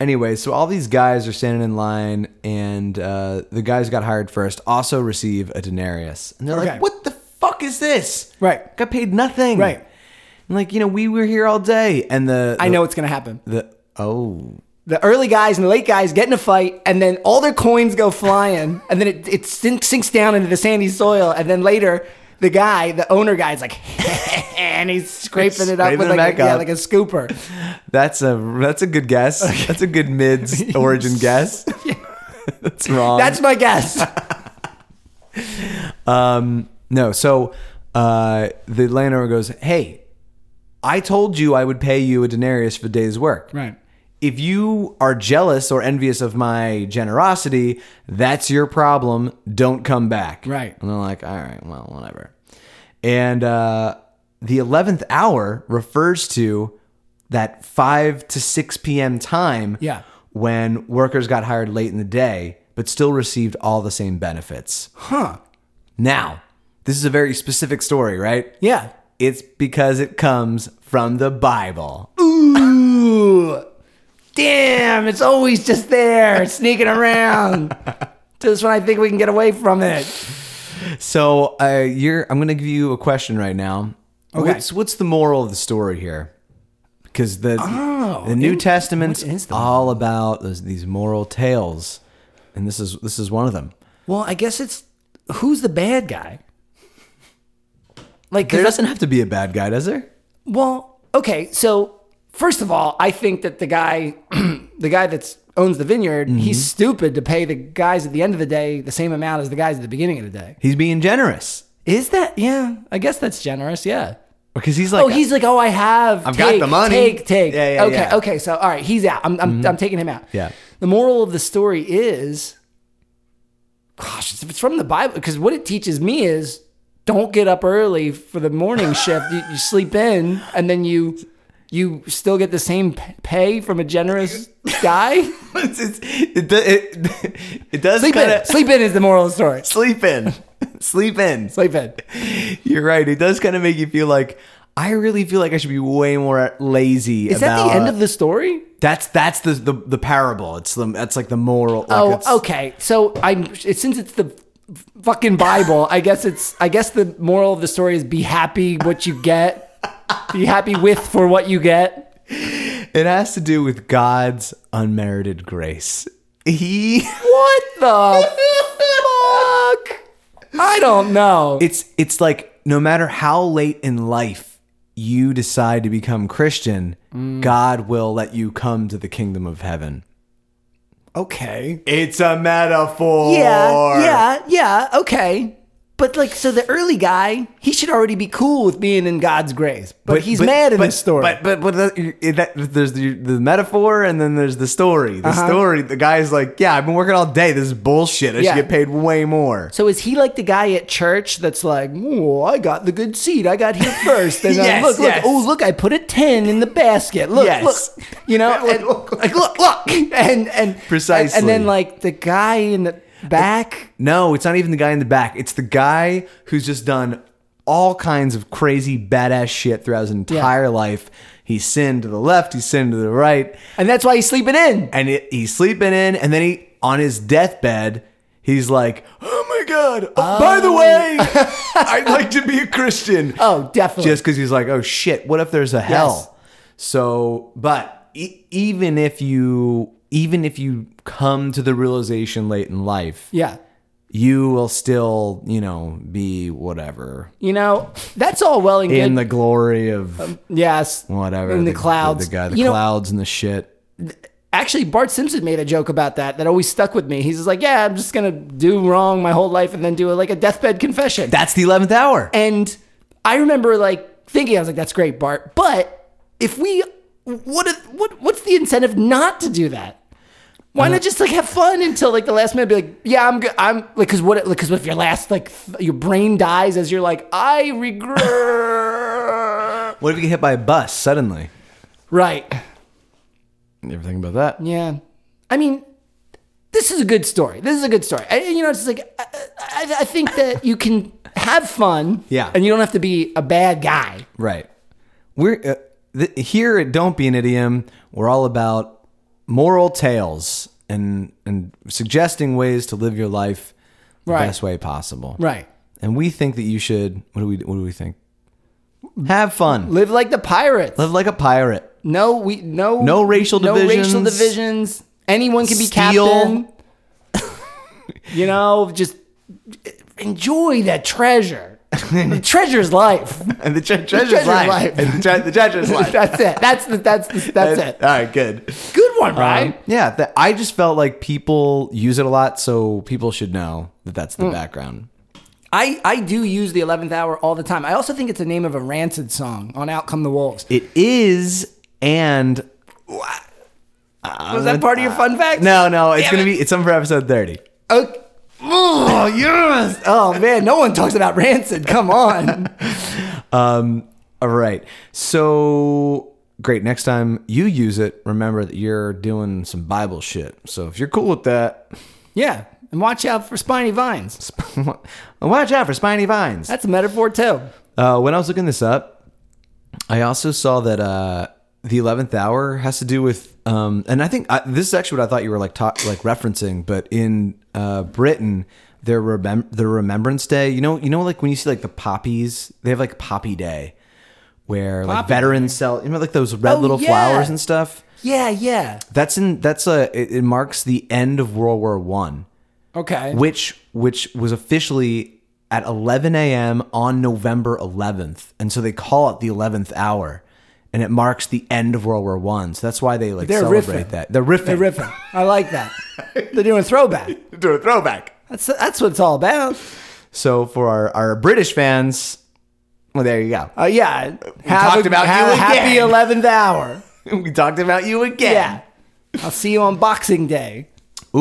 B: Anyway, so all these guys are standing in line, and uh, the guys who got hired first also receive a denarius, and they're
A: Okay.
B: like, "What the fuck is this?
A: Right.
B: Got paid nothing.
A: Right.
B: And like, you know, we were here all day, and the,
A: I
B: the-
A: know it's gonna happen.
B: the oh
A: the early guys and the late guys get in a fight, and then all their coins go flying, and then it, it sinks, sinks down into the sandy soil, and then later the guy, the owner guy, is like, and he's scraping it up
B: Scraping
A: with
B: it
A: like
B: back
A: a, yeah,
B: up.
A: like a scooper.
B: That's a that's a good guess. That's a good mids origin guess. that's wrong.
A: That's my guess.
B: Um, no, so uh, the landowner goes, "Hey, I told you I would pay you a denarius for the day's work.
A: Right.
B: If you are jealous or envious of my generosity, that's your problem. Don't come back."
A: Right.
B: And they're like, "All right, well, whatever." And uh, the eleventh hour refers to that five to six p.m. time.
A: Yeah.
B: When workers got hired late in the day, but still received all the same benefits.
A: Huh.
B: Now, this is a very specific story, right?
A: Yeah.
B: It's because it comes from the Bible.
A: Ooh. Damn, it's always just there, sneaking around. Just when I think we can get away from it.
B: So, uh, you're I'm going to give you a question right now.
A: Okay.
B: What's what's the moral of the story here? Because the the New Testament's
A: Oh, what is the
B: all about those, these moral tales, and this is this is one of them.
A: Well, I guess it's who's the bad guy? Like, 'cause
B: There
A: that's-
B: doesn't have to be a bad guy, does there?
A: well, okay. So first of all, I think that the guy, the guy that's owns the vineyard, he's stupid to pay the guys at the end of the day the same amount as the guys at the beginning of the day.
B: He's being generous
A: Is that? Yeah, I guess that's generous. Yeah.
B: because he's like,
A: oh, he's like, oh, I have.
B: I've got
A: take,
B: the money.
A: Take, take.
B: Yeah, yeah,
A: okay,
B: yeah. Mm-hmm.
A: okay. So, all right, he's out. I'm, I'm, I'm taking him out.
B: Yeah.
A: The moral of the story is, gosh, if it's from the Bible, because what it teaches me is, don't get up early for the morning shift. You, you sleep in, and then you, you still get the same p- pay from a generous guy.
B: it's, it's, it, do- it, it does
A: Sleep
B: kind
A: in.
B: of
A: Sleep in is the moral of the story.
B: sleep in, sleep in.
A: Sleep in.
B: You're right. It does kind of make you feel like I really feel like I should be way more lazy.
A: Is that the end of the story?
B: that's that's the, the the parable. It's the that's like the moral. Like
A: Oh,
B: it's-
A: okay. So I'm it, since it's the f- fucking Bible, I guess it's I guess the moral of the story is be happy what you get. Be happy with for what you get.
B: It has to do with God's unmerited grace. He
A: What the fuck? I don't know.
B: it's it's like no matter how late in life you decide to become Christian,
A: Mm.
B: God will let you come to the kingdom of heaven.
A: okay.
B: It's a metaphor.
A: Yeah. Yeah. Yeah. Okay. But like, so the early guy, he should already be cool with being in God's grace, but, he's mad in
B: but-
A: this story.
B: But but but that, it- that, there's the, the metaphor and then there's the story. The
A: Uh-huh.
B: story. The guy's like, yeah, I've been working all day. This is bullshit. I
A: Yeah.
B: should get paid way more.
A: So is he like the guy at church that's like, "Oh, I got the good seat. I got here first. And uh,
B: Yes,
A: look, look.
B: yes.
A: Oh, look, I put a ten in the basket. Look,
B: Yes.
A: look. You know, and, like look, look, and and
B: Precisely.
A: And, then like the guy in the back.
B: No, it's not even the guy in the back. It's the guy who's just done all kinds of crazy badass shit throughout his entire life. He's sinned to the left. He's sinned to the right.
A: And that's why he's sleeping in.
B: and it, he's sleeping in, and then he on his deathbed, he's like, "Oh my god! Oh, By the way, I'd like to be a Christian."
A: Oh, definitely.
B: just because he's like, "Oh shit! What if there's a hell?" So, but e- even if you even if you come to the realization late in life,
A: yeah.
B: you will still you know be whatever
A: You know, that's all well and good.
B: in the glory of
A: yes.
B: whatever
A: um, in the clouds.
B: the, guy, the
A: You know-
B: clouds and the shit.
A: Actually, Bart Simpson made a joke about that that always stuck with me. He's just like, "Yeah, I'm just gonna do wrong my whole life and then do like a deathbed confession."
B: That's the eleventh hour.
A: And I remember like thinking, I was like, "That's great, Bart." But if we, what, if, what, what's the incentive not to do that? Why not just like have fun until like the last minute? Be like, "Yeah, I'm good." I'm like, because what? Because what if your last like th- your brain dies as you're like, "I regret."
B: What if you get hit by a bus suddenly?
A: right.
B: You ever think about that?
A: Yeah. I mean, this is a good story. This is a good story. I, you know, it's just like I, I, I think that you can have fun.
B: Yeah.
A: And you don't have to be a bad guy.
B: Right. We're uh, th- here at Don't Be an Idiom. We're all about moral tales and and suggesting ways to live your life the
A: Right.
B: best way possible.
A: Right.
B: And we think that you should. What do we? What do we think? Have fun.
A: Live like the pirates.
B: Live like a pirate.
A: No, we no
B: No racial
A: No racial
B: divisions.
A: divisions. Anyone can be
B: Steal.
A: captain. you know, just enjoy that treasure. the treasure's life.
B: And the tre- treasure's,
A: treasure's
B: life.
A: life.
B: And the, tre- the treasure's life.
A: that's it. That's the, that's the, that's
B: And-
A: it.
B: All right, good.
A: Good one, right?
B: Um, yeah, that I just felt like people use it a lot, so people should know that that's
A: Mm.
B: the background.
A: I I do use the eleventh hour all the time. I also think it's the name of a rancid song on Out Come the Wolves.
B: It is, and
A: Was that part of your fun fact?
B: no, no, it's
A: Damn
B: gonna
A: it.
B: be it's something for episode thirty.
A: Okay. Oh yes. Oh man, no one talks about rancid. Come on.
B: All right, so great. Next time you use it, remember that you're doing some Bible shit. So if you're cool with that,
A: yeah, and watch out for spiny vines.
B: watch out for spiny vines.
A: That's a metaphor too.
B: Uh, when I was looking this up, I also saw that uh, the eleventh hour has to do with, um, and I think I, this is actually what I thought you were like talk, like referencing. But in uh, Britain, their remem- their Remembrance Day, you know, you know, like when you see like the poppies, they have like Poppy Day, where like
A: Poppy
B: veterans sell, you know, like those red
A: Oh,
B: little
A: yeah.
B: flowers and stuff.
A: Yeah, yeah.
B: That's in that's a it, it marks the end of World War One
A: Okay.
B: which which was officially at 11 a.m. on November 11th, and so they call it the 11th hour, and it marks the end of World War One. So that's why they like
A: They're
B: celebrate
A: riffing.
B: that. They're riffing.
A: They're riffing. I like that. They're doing throwback.
B: Do a throwback.
A: That's that's what it's all about.
B: So for our, our British fans, well, there you go.
A: Uh, yeah.
B: talked about
A: have
B: you
A: a happy
B: again.
A: eleventh hour.
B: we talked about you
A: Yeah.
B: again.
A: I'll see you on Boxing Day.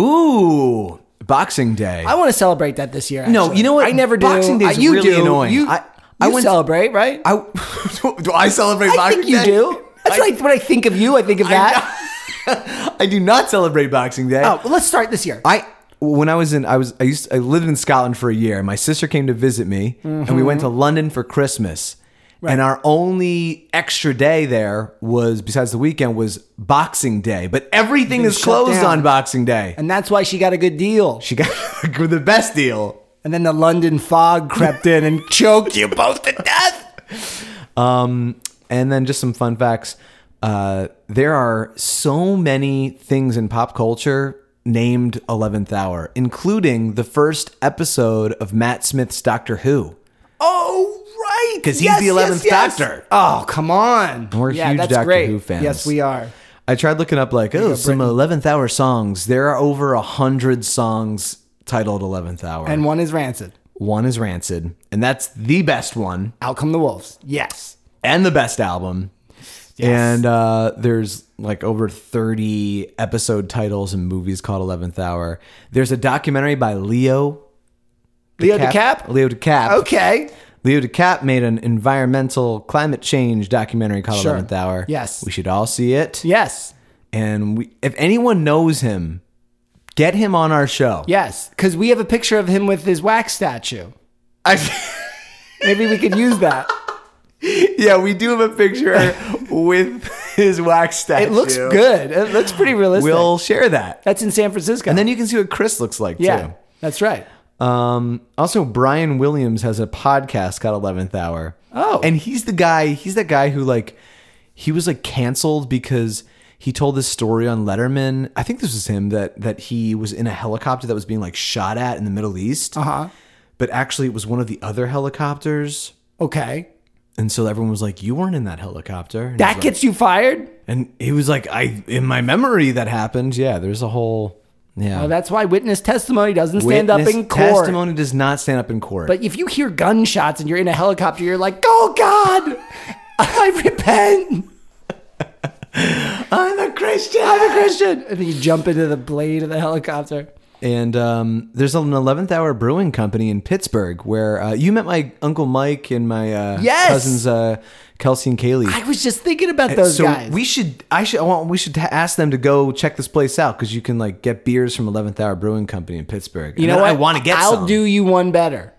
B: Ooh, Boxing Day.
A: I want to celebrate that this year.
B: No,
A: actually.
B: you know what?
A: I never do.
B: Boxing Day's
A: Uh, you
B: really
A: do.
B: annoying.
A: You,
B: I- I
A: you
B: went-
A: celebrate, right?
B: I- do I celebrate
A: I
B: Boxing
A: think you
B: Day?
A: do. That's
B: I,
A: like when I think of you. I think of that.
B: I do not celebrate Boxing Day.
A: Oh, well, let's start this year.
B: I when I was in I was I used I lived in Scotland for a year. My sister came to visit me and we went
A: Mm-hmm.
B: to London for Christmas. And our only extra day there was besides the weekend was Boxing Day. But everything is
A: shut
B: closed
A: down.
B: on Boxing Day.
A: and that's why she got a good deal.
B: She got the best deal.
A: And then the London fog crept in and choked you both to death.
B: Um and then just some fun facts. Uh there are so many things in pop culture named 11th hour, including the first episode of Matt Smith's Doctor Who.
A: Oh, right.
B: 'Cause he's the 11th Doctor.
A: Oh, come on.
B: We're
A: yeah,
B: huge
A: that's
B: Doctor
A: great.
B: Who fans.
A: Yes, we are.
B: I tried looking up like oh some eleventh hour songs. There are over a hundred songs titled eleventh hour,
A: And
B: and
A: one is Rancid.
B: one is Rancid, and that's the best one
A: Out come the wolves. Yes.
B: and the best album. And uh, there's like over thirty episode titles and movies called Eleventh Hour. There's a documentary by Leo
A: Leo DeCap?
B: Leo DeCap.
A: Okay.
B: Leo DeCap made an environmental climate change documentary called
A: Sure.
B: Eleventh Hour.
A: Yes.
B: we should all see it.
A: Yes.
B: and we, if anyone knows him, get him on our show.
A: Yes. Because we have a picture of him with his wax statue.
B: I,
A: Maybe we could use that.
B: yeah, we do have a picture with his wax statue.
A: It looks good. It looks pretty realistic.
B: We'll share that,
A: That's in San Francisco.
B: and then you can see what Chris looks like
A: yeah, that's right.
B: too. Um, also, Brian Williams has a podcast called Eleventh Hour.
A: Oh.
B: and he's the guy. He's that guy who like he was like canceled because. He told this story on Letterman. I think this was him that that he was in a helicopter that was being like shot at in the Middle East.
A: Uh huh.
B: but actually it was one of the other helicopters.
A: Okay.
B: And so everyone was like, "You weren't in that helicopter." And
A: That
B: he was
A: gets you fired?
B: like, and he was like, "I in my memory that happened." Yeah, there's a whole yeah.
A: Well, Oh, that's why witness testimony doesn't stand up
B: Witness
A: in court.
B: Testimony does not stand up in court.
A: But if you hear gunshots and you're in a helicopter, you're like, oh God, I repent.
B: I'm a Christian.
A: I'm a Christian. And then you jump into the blade of the helicopter.
B: And um, there's an 11th hour brewing company in Pittsburgh where uh, you met my uncle Mike and my uh,
A: Yes!
B: cousins uh, Kelsey and Kaylee.
A: I was just thinking about those
B: so
A: guys.
B: we should I should I want we should ask them to go check this place out because you can like get beers from 11th Hour Brewing Company in Pittsburgh.
A: you know what?
B: I want to get.
A: I'll
B: some.
A: do you one better.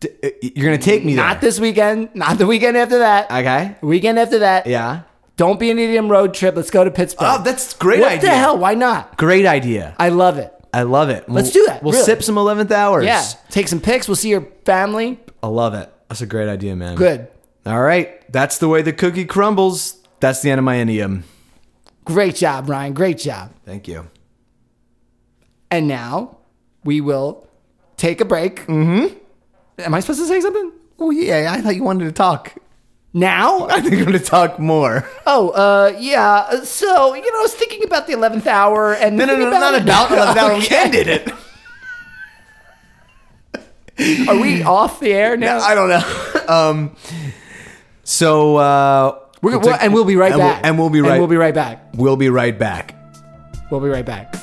B: D- uh, You're gonna take me
A: Not this weekend. Not the weekend after that.
B: there. Okay.
A: weekend after that.
B: Yeah.
A: Don't be an idiom road trip. Let's go to Pittsburgh.
B: Oh, that's a great
A: what
B: idea.
A: the hell? Why not?
B: Great idea.
A: I love it.
B: I love it.
A: Let's do that,
B: We'll
A: really.
B: sip some 11th Hours.
A: Yeah. Take some pics. We'll see your family.
B: I love it. That's a great idea, man.
A: Good.
B: All right. That's the way the cookie crumbles. That's the end of my Enneagram.
A: Great job, Ryan. Great job.
B: Thank you.
A: And now we will take a break. Mm-hmm. Am I supposed to say something?
B: Oh yeah, I thought you wanted to talk.
A: Now?
B: I think I'm gonna talk more.
A: Oh, uh, yeah. So, you know, I was thinking about the 11th hour and.
B: No, no, no,
A: thinking
B: not about eleven hour. We ended it.
A: Are we off the air now?
B: I don't know. Um, so uh,
A: We're,
B: we'll
A: we'll-
B: take-
A: and we'll be right
B: and we'll-
A: back.
B: and we'll be right.
A: And we'll be right back.
B: We'll be right back.
A: We'll be right back.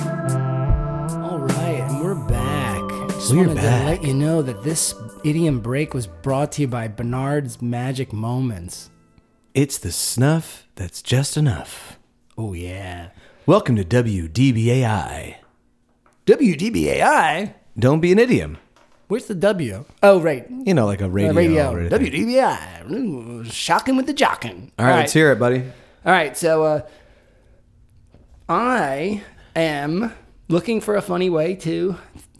A: All right, and we're back. Just
B: We're
A: wanted
B: back.
A: to let you know that this idiom break was brought to you by Bernard's Magic Moments.
B: It's the snuff that's just enough.
A: Oh yeah.
B: Welcome to WDBAI.
A: WDBAI.
B: Don't be an idiom.
A: Where's the W? Oh, right.
B: You know, like a radio.
A: The radio.
B: or anything.
A: WDBI. Ooh, Shocking with the jocking.
B: All right, let's hear it, buddy.
A: All right. So, uh, I am looking for a funny way to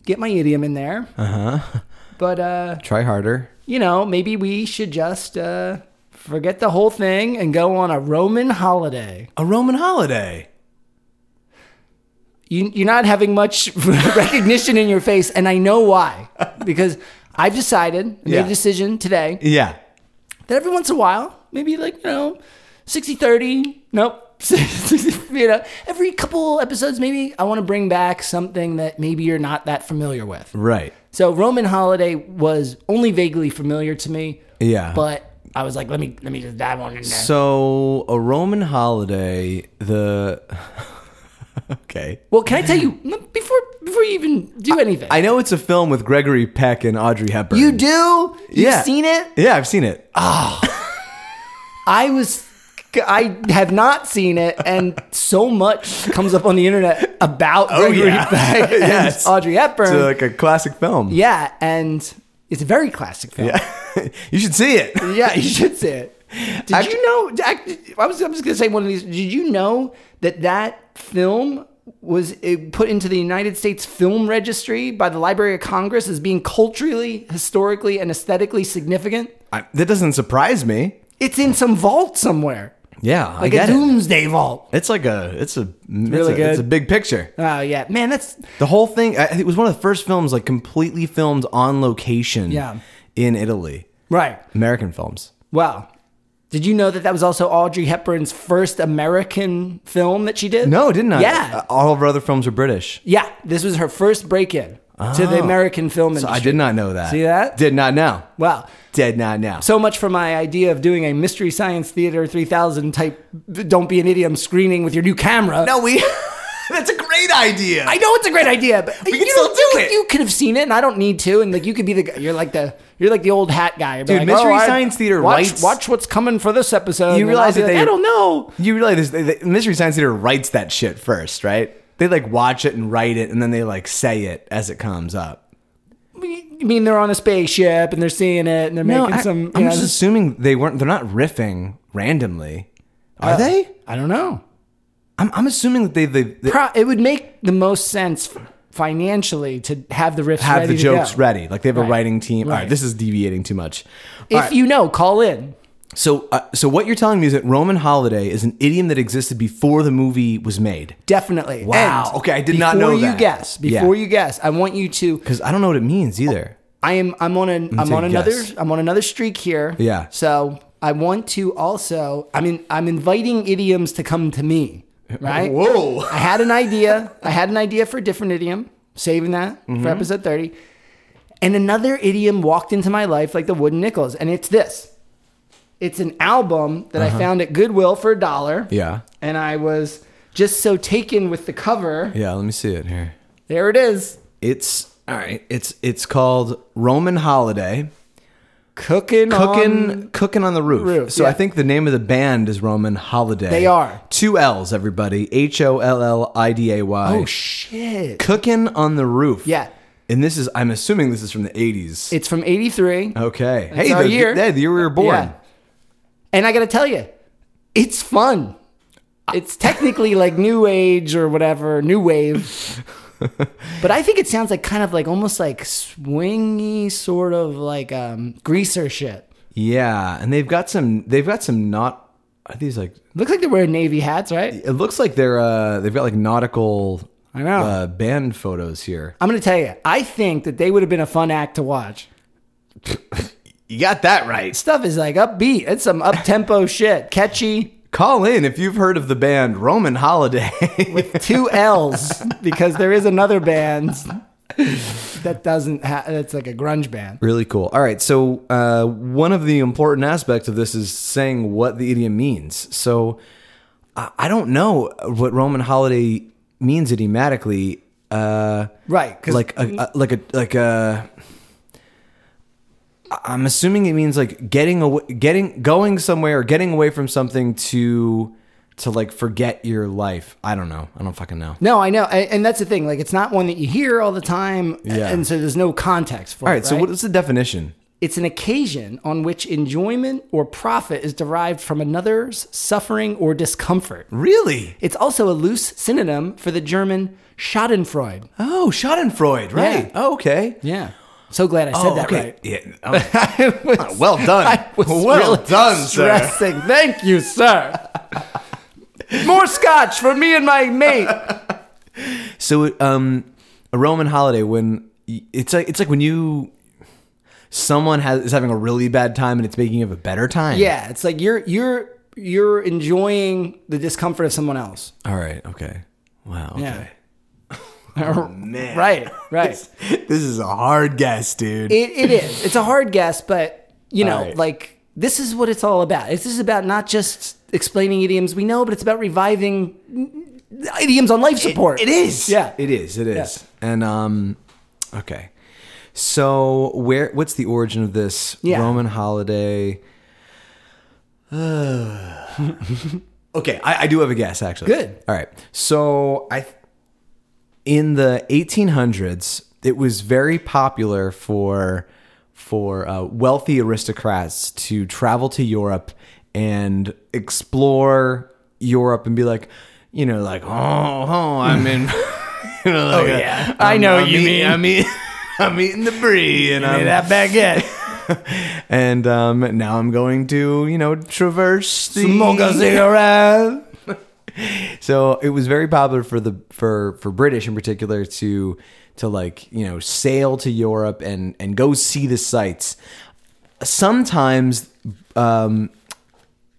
A: get my idiom in there. Uh
B: Uh-huh.
A: huh. But, uh,
B: Try harder.
A: you know, maybe we should just, uh, forget the whole thing and go on a Roman holiday.
B: A Roman holiday.
A: you, you're not having much recognition in your face, and I know why. Because I've decided, I made
B: Yeah.
A: a decision today
B: Yeah.
A: that every once in a while, maybe like, you know, 60 30, nope. you know, every couple episodes, maybe I want to bring back something that maybe you're not that familiar with.
B: Right.
A: So Roman holiday was only vaguely familiar to me,
B: Yeah.
A: but I was like, let me let me just dive on in there.
B: so a Roman holiday. The okay.
A: well, can I tell you before before you even do anything?
B: I know it's a film with Gregory Peck and Audrey Hepburn.
A: you do? You've
B: Yeah.
A: seen it?
B: Yeah, I've seen Oh, it.
A: I was I have not seen it, and so much comes up on the internet about Gregory
B: Oh, yeah.
A: Peck and
B: Yes.
A: Audrey
B: It's
A: Hepburn.
B: uh, like a classic film.
A: yeah, and it's a very classic film. Yeah,
B: you should see it.
A: you should see it. Did
B: Act-
A: you know? I, I was I was gonna say one of these. Did you know that that film was uh, put into the United States Film Registry by the Library of Congress as being culturally, historically, and aesthetically significant?
B: I, that doesn't surprise me.
A: It's in some vault somewhere,
B: Yeah, I
A: like a
B: get it.
A: doomsday vault.
B: It's like a it's a it's,
A: really
B: a, it's
A: good.
B: a big picture.
A: Oh yeah, man, that's
B: The whole thing. I, it was one of the first films like completely filmed on location.
A: Yeah.
B: in Italy,
A: right.
B: American films.
A: Wow. Did you know that that was also Audrey Hepburn's first American film that she did?
B: No, didn't I?
A: Yeah.
B: Uh, all of her other films are British.
A: Yeah, this was her first break-in to the American film
B: So
A: industry.
B: I did not know that.
A: See that?
B: Did not know.
A: Wow.
B: Did not know.
A: So much for my idea of doing a Mystery Science Theater 3000 type don't be an idiom screening with your new camera.
B: no, we. that's a great idea.
A: I know it's a great idea, but we
B: can still do
A: you,
B: it.
A: You could have seen it, and I don't need to. And like, you could be the guy- you're like the you're like the old hat guy. You'd be
B: Dude,
A: like,
B: Mystery
A: "Oh, I-
B: Science Theater
A: watch,
B: writes-
A: Watch what's coming for this episode.
B: You
A: and
B: realize
A: I'll be like,
B: that they-
A: I don't know.
B: You realize the, the Mystery Science Theater writes that shit first, right? They like watch it and write it, and then they like say it as it comes up.
A: You mean they're on a spaceship and they're seeing it and they're making
B: I,
A: some?
B: am
A: you know,
B: just
A: this-
B: assuming they weren't. They're not riffing randomly, are they?
A: I don't know.
B: I'm, I'm assuming that they, they, they
A: Pro- it would make the most sense financially to have the riffs
B: have
A: ready
B: the
A: to
B: jokes
A: go.
B: ready. Like they have a
A: Right.
B: writing team. All right,
A: Right.
B: this is deviating too much.
A: If
B: All right,
A: you know, call in.
B: so, uh, so what you're telling me is that Roman holiday is an idiom that existed before the movie was made.
A: Definitely.
B: Wow.
A: And
B: Okay, I did not know
A: Before you
B: that.
A: guess,
B: Yeah.
A: before you guess, I want you to.
B: Because I don't know what it means either.
A: I am. I'm on an. I'm
B: take
A: on
B: a
A: another.
B: guess.
A: I'm on another streak here.
B: Yeah.
A: So I want to also. I mean, I'm inviting idioms to come to me. Right.
B: Whoa.
A: I had an idea. I had an idea for a different idiom, saving that
B: Mm-hmm.
A: for episode 30. And another idiom walked into my life like the wooden nickels, and it's this. It's an album that I found at Goodwill for a dollar.
B: Uh-huh. Yeah.
A: And I was just so taken with the cover.
B: Yeah. Let me see it here.
A: There it is.
B: It's all right. It's it's called Roman Holiday.
A: Cooking
B: Cooking
A: on-
B: cooking on the roof.
A: Roof,
B: so
A: yeah.
B: I think the name of the band is Roman Holiday.
A: They are.
B: Two L's everybody. H O L L I D A Y.
A: Oh shit.
B: Cooking on the roof.
A: Yeah.
B: And this is I'm assuming this is from the 80s.
A: It's from 83.
B: okay.
A: That's
B: hey,
A: our
B: the
A: year.
B: hey, the year we were born.
A: Yeah. And I got to tell you, it's fun. It's technically like new age or whatever, new wave. but I think it sounds like kind of like almost like swingy sort of like um greaser shit.
B: Yeah, and they've got some. They've got some not. Are these like?
A: Looks like they're wearing navy hats, right?
B: It looks like they're. uh They've got like nautical.
A: I know.
B: Uh, band photos here.
A: I'm going to tell you, I think that they would have been a fun act to watch.
B: You got that right.
A: Stuff is like upbeat. It's some up tempo shit. Catchy.
B: Call in if you've heard of the band Roman Holiday.
A: with two L's because there is another band that doesn't ha That's like a grunge band.
B: really cool. All right, so uh, one of the important aspects of this is saying what the idiom means. So I, I don't know what Roman Holiday means idiomatically. Uh,
A: Right. Cause
B: like a, a- like a like a I- I'm assuming it means like getting away, getting going somewhere or getting away from something to to like forget your life. I don't know. I don't fucking know.
A: no, I know. A- And that's the thing. Like it's not one that you hear all the time.
B: Yeah.
A: And so there's no context for
B: All
A: it.
B: right, so what is the definition?
A: It's an occasion on which enjoyment or profit is derived from another's suffering or discomfort.
B: Really?
A: It's also a loose synonym for the German Schadenfreude.
B: Oh, Schadenfreude, right?
A: Yeah.
B: Oh, okay.
A: Yeah. So glad I said
B: Oh,
A: that
B: okay.
A: right.
B: Yeah. Oh,
A: I was-
B: well done.
A: I was
B: well
A: really
B: done, sir.
A: stressing. Thank you, sir. More scotch for me and my mate.
B: So, um, a Roman holiday when y- it's like it's like when you someone has is having a really bad time and it's making you have a better time.
A: Yeah, it's like you're you're you're enjoying the discomfort of someone else.
B: All right. Okay. Wow. Okay.
A: Yeah.
B: Oh, Man.
A: Oh, Right, right.
B: This is a hard guess, dude.
A: It, it is. It's a hard guess, but you know,
B: Right.
A: like this is what it's all about. It's just about not just explaining idioms we know, but it's about reviving mm, idioms on life support.
B: it is.
A: Yeah.
B: It is. It is. And um, okay. So where? What's the origin of this
A: Yeah.
B: Roman holiday? okay, I, I do have a guess actually.
A: Good.
B: All right. So I, in the 1800s, it was very popular for for uh, wealthy aristocrats to travel to Europe and explore Europe and be like, you know, like oh, oh I'm in. you know, like, oh
A: yeah. I know what you mean.
B: I'm eat- I'm eating the brie and I'm
A: that baguette.
B: and um, now I'm going to, you know, traverse the
A: Smoke a cigarette.
B: So it was very popular for the for for British in particular to to like you know sail to Europe and and go see the sights. Sometimes um,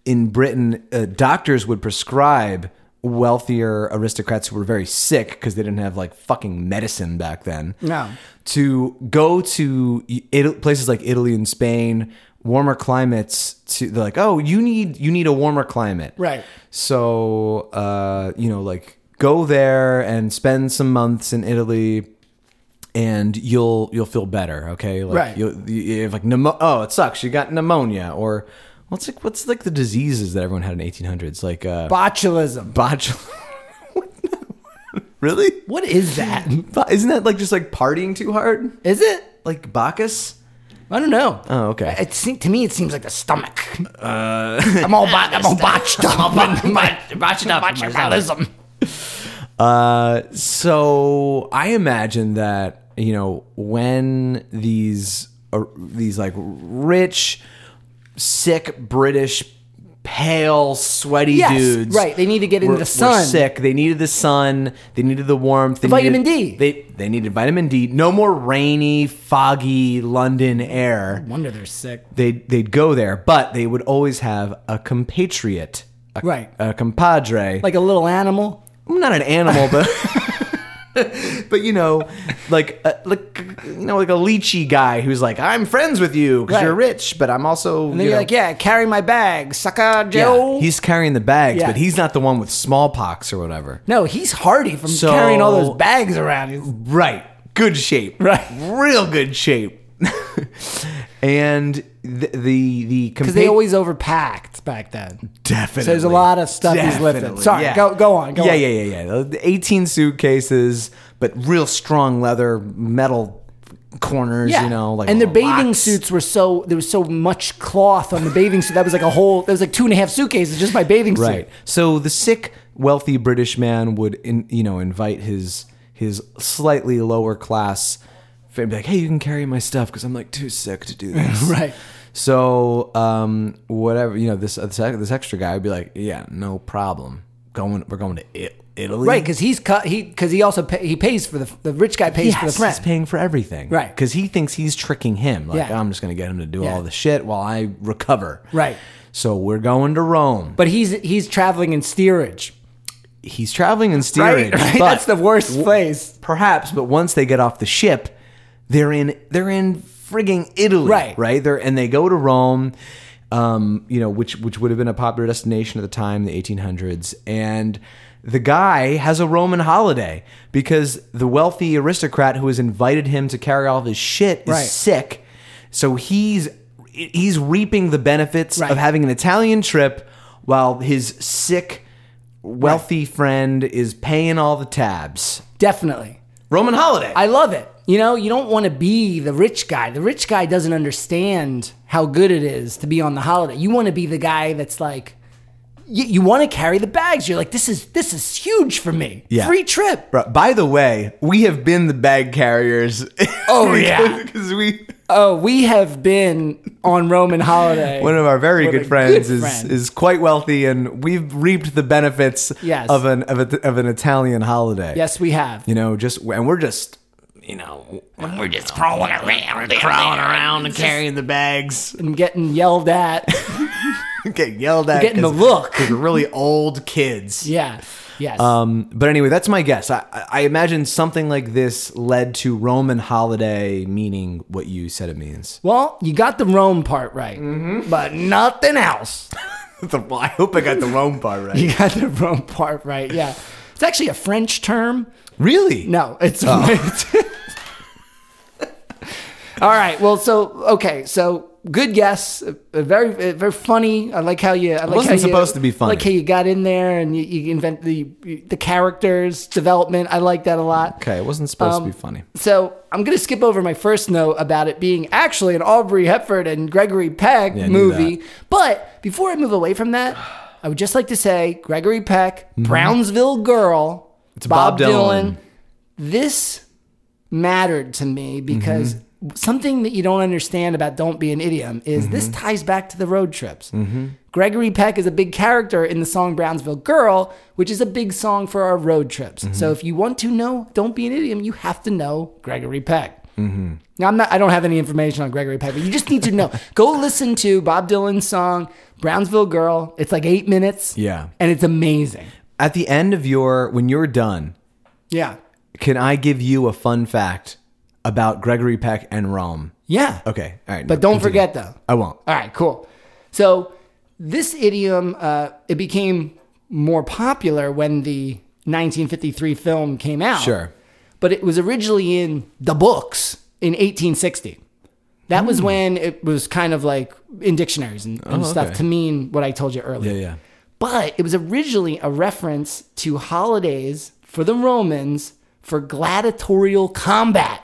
B: in Britain, uh, doctors would prescribe wealthier aristocrats who were very sick because they didn't have like fucking medicine back then.
A: No.
B: To go to Italy, places like Italy and Spain, warmer climates. To they're like, oh, you need you need a warmer climate.
A: Right.
B: So, uh, you know, like go there and spend some months in Italy, and you'll you'll feel better. Okay, like
A: Right.
B: You'll, you you have like pneumo- Oh, it sucks. You got pneumonia, or what's like what's like the diseases that everyone had in eighteen hundreds, like uh,
A: Botulism.
B: botul. really?
A: What is that?
B: Bo- Isn't that like just like partying too hard?
A: Is it?
B: Like Bacchus?
A: I don't know.
B: Oh, okay.
A: It seem, to me, it seems like the stomach.
B: Uh,
A: I'm all bo- I'm all botched up. I'm botched, botched up. Botulism.
B: Uh, so I imagine that you know when these uh, these like rich, sick British, pale, sweaty
A: Yes,
B: dudes,
A: right. They need to get
B: were-
A: into the
B: were
A: sun.
B: sick. They needed the sun. They needed the warmth. They
A: Vitamin
B: needed-
A: D.
B: They they needed vitamin D. No more rainy, foggy London air.
A: Wonder they're sick.
B: They they'd go there, but they would always have a compatriot, a,
A: Right.
B: a compadre,
A: Like a little animal.
B: I'm not an animal, but but you know, like a, like you know, like a lychee guy who's like, I'm friends with you because
A: Right.
B: you're rich, but I'm
A: And
B: also
A: then
B: you
A: you're
B: know-
A: like, yeah, carry my bag, sucker
B: Yeah,
A: Joe.
B: He's carrying the bags,
A: Yeah.
B: but he's not the one with smallpox or whatever.
A: no, he's hardy from
B: So-
A: carrying all those bags around. He's-
B: Right, good shape.
A: Right.
B: real good shape. and the the the
A: Because they always overpacked back then.
B: Definitely.
A: So there's a lot of stuff he's lifting.
B: Definitely,
A: Sorry, go- go on, go
B: yeah,
A: on.
B: yeah, yeah, yeah. The 18 suitcases, but real strong leather metal corners, you know, like
A: and their bathing
B: rocks.
A: suits were so there was so much cloth on the bathing suit that was like a whole that was like two and a half suitcases just my bathing
B: Right.
A: suit.
B: So the sick, wealthy British man would, in, you know, invite his his slightly lower class, friend, be like, "Hey, you can carry my stuff because I'm like too sick to do this."
A: Right.
B: So um, whatever, you know, this this, this extra guy would be like, "Yeah, no problem. Going, we're going to it- Italy."
A: Right, because he's cut. He because he also pay, he pays for the the rich guy pays
B: Yes,
A: for the friend.
B: he's paying for everything.
A: Right.
B: Because he thinks he's tricking him. Like,
A: Yeah.
B: I'm just going to get him to do
A: Yeah.
B: all the shit while I recover.
A: Right.
B: So we're going to Rome.
A: but he's he's traveling in steerage.
B: He's traveling in steerage.
A: Right, right?
B: but-
A: that's the worst place.
B: perhaps, but once they get off the ship, they're in they're in frigging Italy,
A: Right.
B: Right. They're and they go to Rome, um, you know, which which would have been a popular destination at the time, the 1800s, and the guy has a Roman holiday because the wealthy aristocrat who has invited him to carry all of his shit is
A: Right.
B: sick, so he's he's reaping the benefits
A: Right.
B: of having an Italian trip while his sick. Wealthy friend is paying all the tabs.
A: Definitely,
B: Roman holiday.
A: I love it. You know, you don't want to be the rich guy. The rich guy doesn't understand how good it is to be on the holiday. You want to be the guy that's like, you, you want to carry the bags. You're like, this is this is huge for me.
B: Yeah.
A: Free trip.
B: Bro, by the way, we have been the bag carriers.
A: Oh, yeah.
B: because we
A: Oh, we have been on Roman holiday.
B: one of our very
A: What a
B: good friends
A: good
B: is
A: friend.
B: is quite wealthy, and we've reaped the benefits
A: Yes.
B: of an of, a, of an Italian holiday.
A: yes, we have.
B: you know, just and we're just you know we're just crawling around, crawling around, and carrying the bags,
A: And getting yelled at.
B: get yelled at,
A: Getting the
B: 'cause-
A: look.
B: 'cause we're really old kids.
A: yeah. Yes.
B: Um, but anyway, that's my guess. I, I- I imagine something like this led to Roman holiday, meaning what you said it means.
A: well, you got the Rome part right,
B: Mm-hmm.
A: but nothing else.
B: The- well, I hope I got the Rome part right.
A: You got the Rome part right. Yeah. It's actually a French term.
B: Really?
A: No, it's.
B: Oh.
A: All right. Well, so okay. So good guess. A- a Very, a very funny. I like how you. I like
B: wasn't
A: how you-
B: supposed to be funny.
A: Like how you got in there and you, you invent the the characters development. I like that a lot.
B: Okay, it wasn't supposed
A: Um,
B: to be funny.
A: So I'm gonna skip over my first note about it being actually an Aubrey Hepburn and Gregory Peck
B: I knew
A: movie. But before I move away from that, I would just like to say Gregory Peck, Brownsville Girl, it's
B: Mm-hmm. Bob Dylan.
A: This mattered to me because
B: Mm-hmm.
A: something that you don't understand about "Don't Be an Idiom" is this ties back to the road trips.
B: Mm-hmm.
A: Gregory Peck is a big character in the song Brownsville Girl, which is a big song for our road trips.
B: Mm-hmm.
A: So if you want to know Don't Be an Idiom, you have to know Gregory Peck.
B: Mm-hmm.
A: Now I'm not I don't have any information on Gregory Peck, but you just need to know. Go listen to Bob Dylan's song Brownsville Girl. It's like 8 minutes.
B: Yeah.
A: And it's amazing.
B: At the end of your, when you're done,
A: Yeah.
B: can I give you a fun fact about Gregory Peck and Rome?
A: Yeah.
B: Okay, all right.
A: But don't forget though.
B: I won't.
A: All right, cool. So this idiom uh, it became more popular when the 1953 film came out.
B: Sure.
A: but it was originally in the books in 1860. That was when it was kind of like in dictionaries and, and
B: Hmm. Oh,
A: stuff
B: okay.
A: to mean what I told you earlier.
B: Yeah, yeah.
A: But it was originally a reference to holidays for the Romans for gladiatorial combat.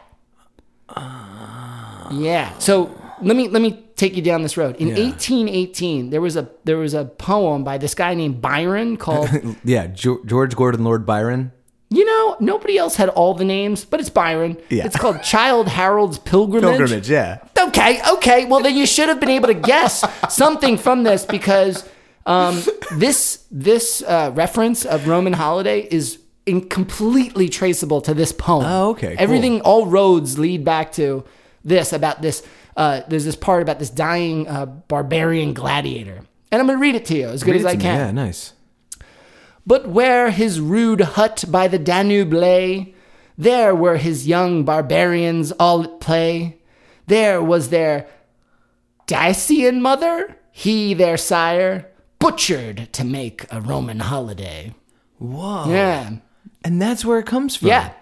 A: Yeah. So let me let me take you down this road. In 1818, there was a there was a poem by this guy named Byron called
B: Yeah, Geo- George Gordon Lord Byron.
A: You know, nobody else had all the names, but it's Byron.
B: Yeah.
A: It's called Child Harold's Pilgrimage.
B: yeah.
A: Okay, okay. Well, then you should have been able to guess something from this because um, this this uh, reference of Roman holiday is in completely traceable to this poem.
B: Oh, okay, cool.
A: Everything, all roads lead back to this about this. Uh, there's this part about this dying uh, barbarian gladiator, and I'm gonna read it to you as good
B: Read
A: as
B: it
A: I
B: to me.
A: can.
B: Yeah, nice.
A: But where his rude hut by the Danube lay, there were his young barbarians all at play. There was their Dacian mother, he their sire, butchered to make a Roman holiday.
B: Whoa.
A: Yeah.
B: And that's where it comes from.
A: Yeah.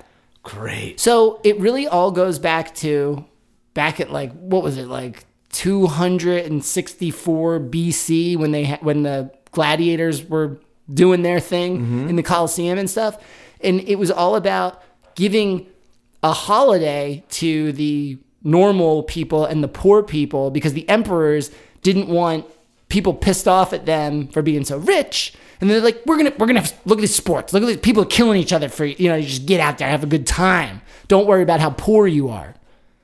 B: Great.
A: So it really all goes back to back at like what was it like 264 BC when they ha- when the gladiators were doing their thing in the Colosseum and stuff, and it was all about giving a holiday to the normal people and the poor people because the emperors didn't want people pissed off at them for being so rich. And they're like, we're gonna we're gonna have, look at these sports. Look at these people killing each other for you know. You just get out there, have a good time. Don't worry about how poor you are.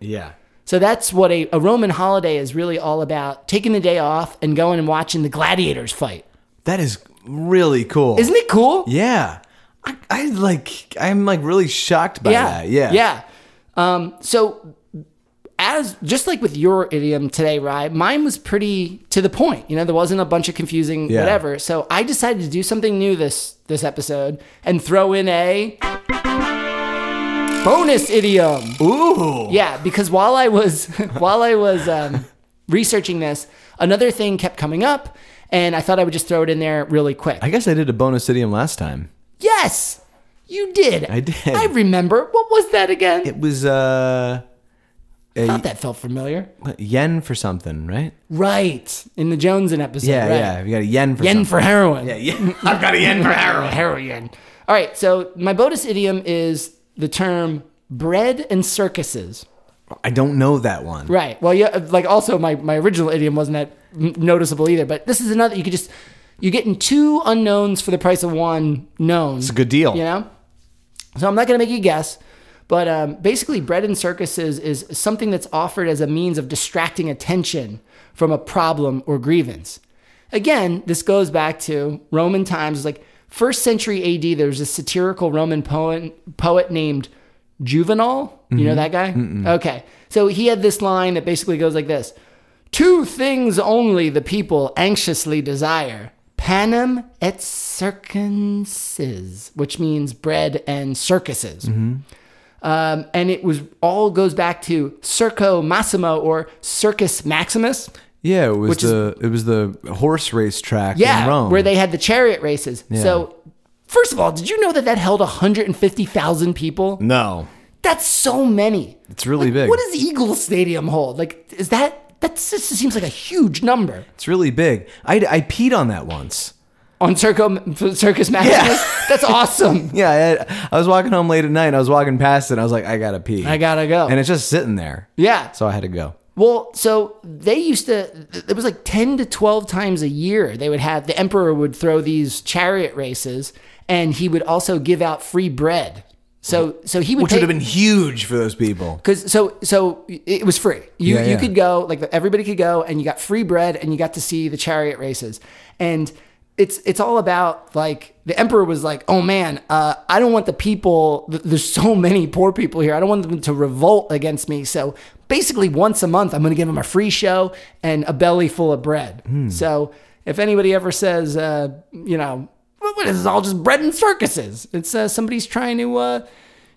B: Yeah.
A: So that's what a, a Roman holiday is really all about: taking the day off and going and watching the gladiators fight.
B: That is really cool.
A: Isn't it cool?
B: yeah. I, I like I'm like really shocked by that. Yeah.
A: Yeah. Um, so as just like with your idiom today, right? Mine was pretty to the point. You know, there wasn't a bunch of confusing
B: Yeah.
A: whatever. So I decided to do something new this this episode and throw in a bonus idiom.
B: Ooh.
A: Yeah, because while I was while I was um, researching this, another thing kept coming up, and I thought I would just throw it in there really quick.
B: I guess I did a bonus idiom last time.
A: yes, you did.
B: I did.
A: I remember. What was that again?
B: It was uh
A: I thought that felt familiar.
B: yen for something, right?
A: Right. In the Jonesen episode.
B: Yeah,
A: right.
B: yeah. You got a yen for
A: Yen
B: something.
A: for heroin.
B: yeah. I've got a yen for arrow.
A: Heroin. All right. So my bonus idiom is the term bread and circuses.
B: I don't know that one.
A: Right. Well, yeah. Like also my, my original idiom wasn't that n- noticeable either, but this is another, you could just, you're getting two unknowns for the price of one known. It's
B: a good deal.
A: You know? So I'm not going to make you guess, but um, basically, bread and circuses is something that's offered as a means of distracting attention from a problem or grievance. Again, this goes back to Roman times. Like first century AD, there was a satirical Roman poet poet named Juvenal. You know that guy? Okay. So he had this line that basically goes like this: Two things only the people anxiously desire panem et circenses, which means bread and circuses.
B: Mm-hmm.
A: Um, and it was all goes back to Circo Massimo or Circus Maximus.
B: Yeah, it was
A: Which is-
B: the it was the horse race track
A: Yeah,
B: in Rome.
A: where they had the chariot races. So, first of all, did you know that that held 150,000 people?
B: No.
A: That's so many.
B: It's really
A: Like,
B: big.
A: What does Eagle Stadium hold? Like, is that, that just seems like a huge number.
B: It's really big. I, I peed on that once.
A: On Circo, Circus Maximus? That's awesome.
B: Yeah, I, had- I was walking home late at night. and I was walking past it. And I was like, I gotta pee.
A: I gotta go.
B: and it's just sitting there.
A: yeah.
B: So I had to go.
A: Well, so they used to, it was like 10 to 12 times a year. They would have, the emperor would throw these chariot races and he would also give out free bread. So, so he would,
B: Which would have been huge for those people.
A: because so, so it was free. You,
B: Yeah,
A: you
B: yeah.
A: could go, like everybody could go and you got free bread and you got to see the chariot races. And it's, it's all about like the emperor was like, oh man, uh, I don't want the people, th- there's so many poor people here. I don't want them to revolt against me. So basically once a month i'm going to give them a free show and a belly full of bread
B: Hmm.
A: so if anybody ever says uh, you know what what is this all just bread and circuses it's uh, somebody's trying to uh,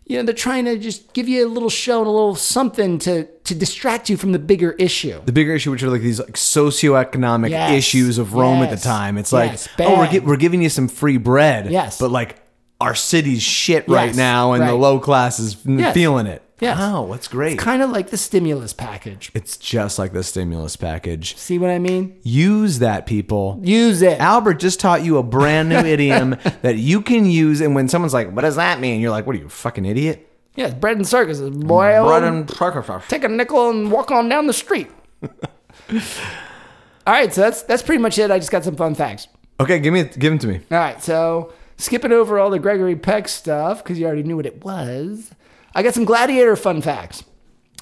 A: you know they're trying to just give you a little show and a little something to to distract you from the bigger issue
B: The bigger issue, which were like these like socioeconomic
A: Yes.
B: issues of Rome at
A: Yes.
B: the time, it's
A: Yes.
B: like, oh, we're,
A: Bad.
B: gi- we're giving you some free bread.
A: Yes.
B: But like our city's shit right
A: Yes,
B: now, and the
A: right.
B: low class is n-
A: Yes.
B: feeling it.
A: Yes.
B: Wow, that's great.
A: kind of like the stimulus package
B: It's just like the stimulus package.
A: see what i mean
B: Use that, people.
A: use it
B: Albert just taught you a brand new idiom that you can use, and when someone's like, "What does that mean?" You're like, "What are you, a fucking idiot?"
A: yes bread and circuses boy
B: Bread and circuses.
A: take a nickel and walk on down the street all right so that's that's pretty much it i just got some fun facts
B: Okay, give me, give them to me.
A: All right, so skipping over all the Gregory Peck stuff because you already knew what it was. I got some gladiator fun facts.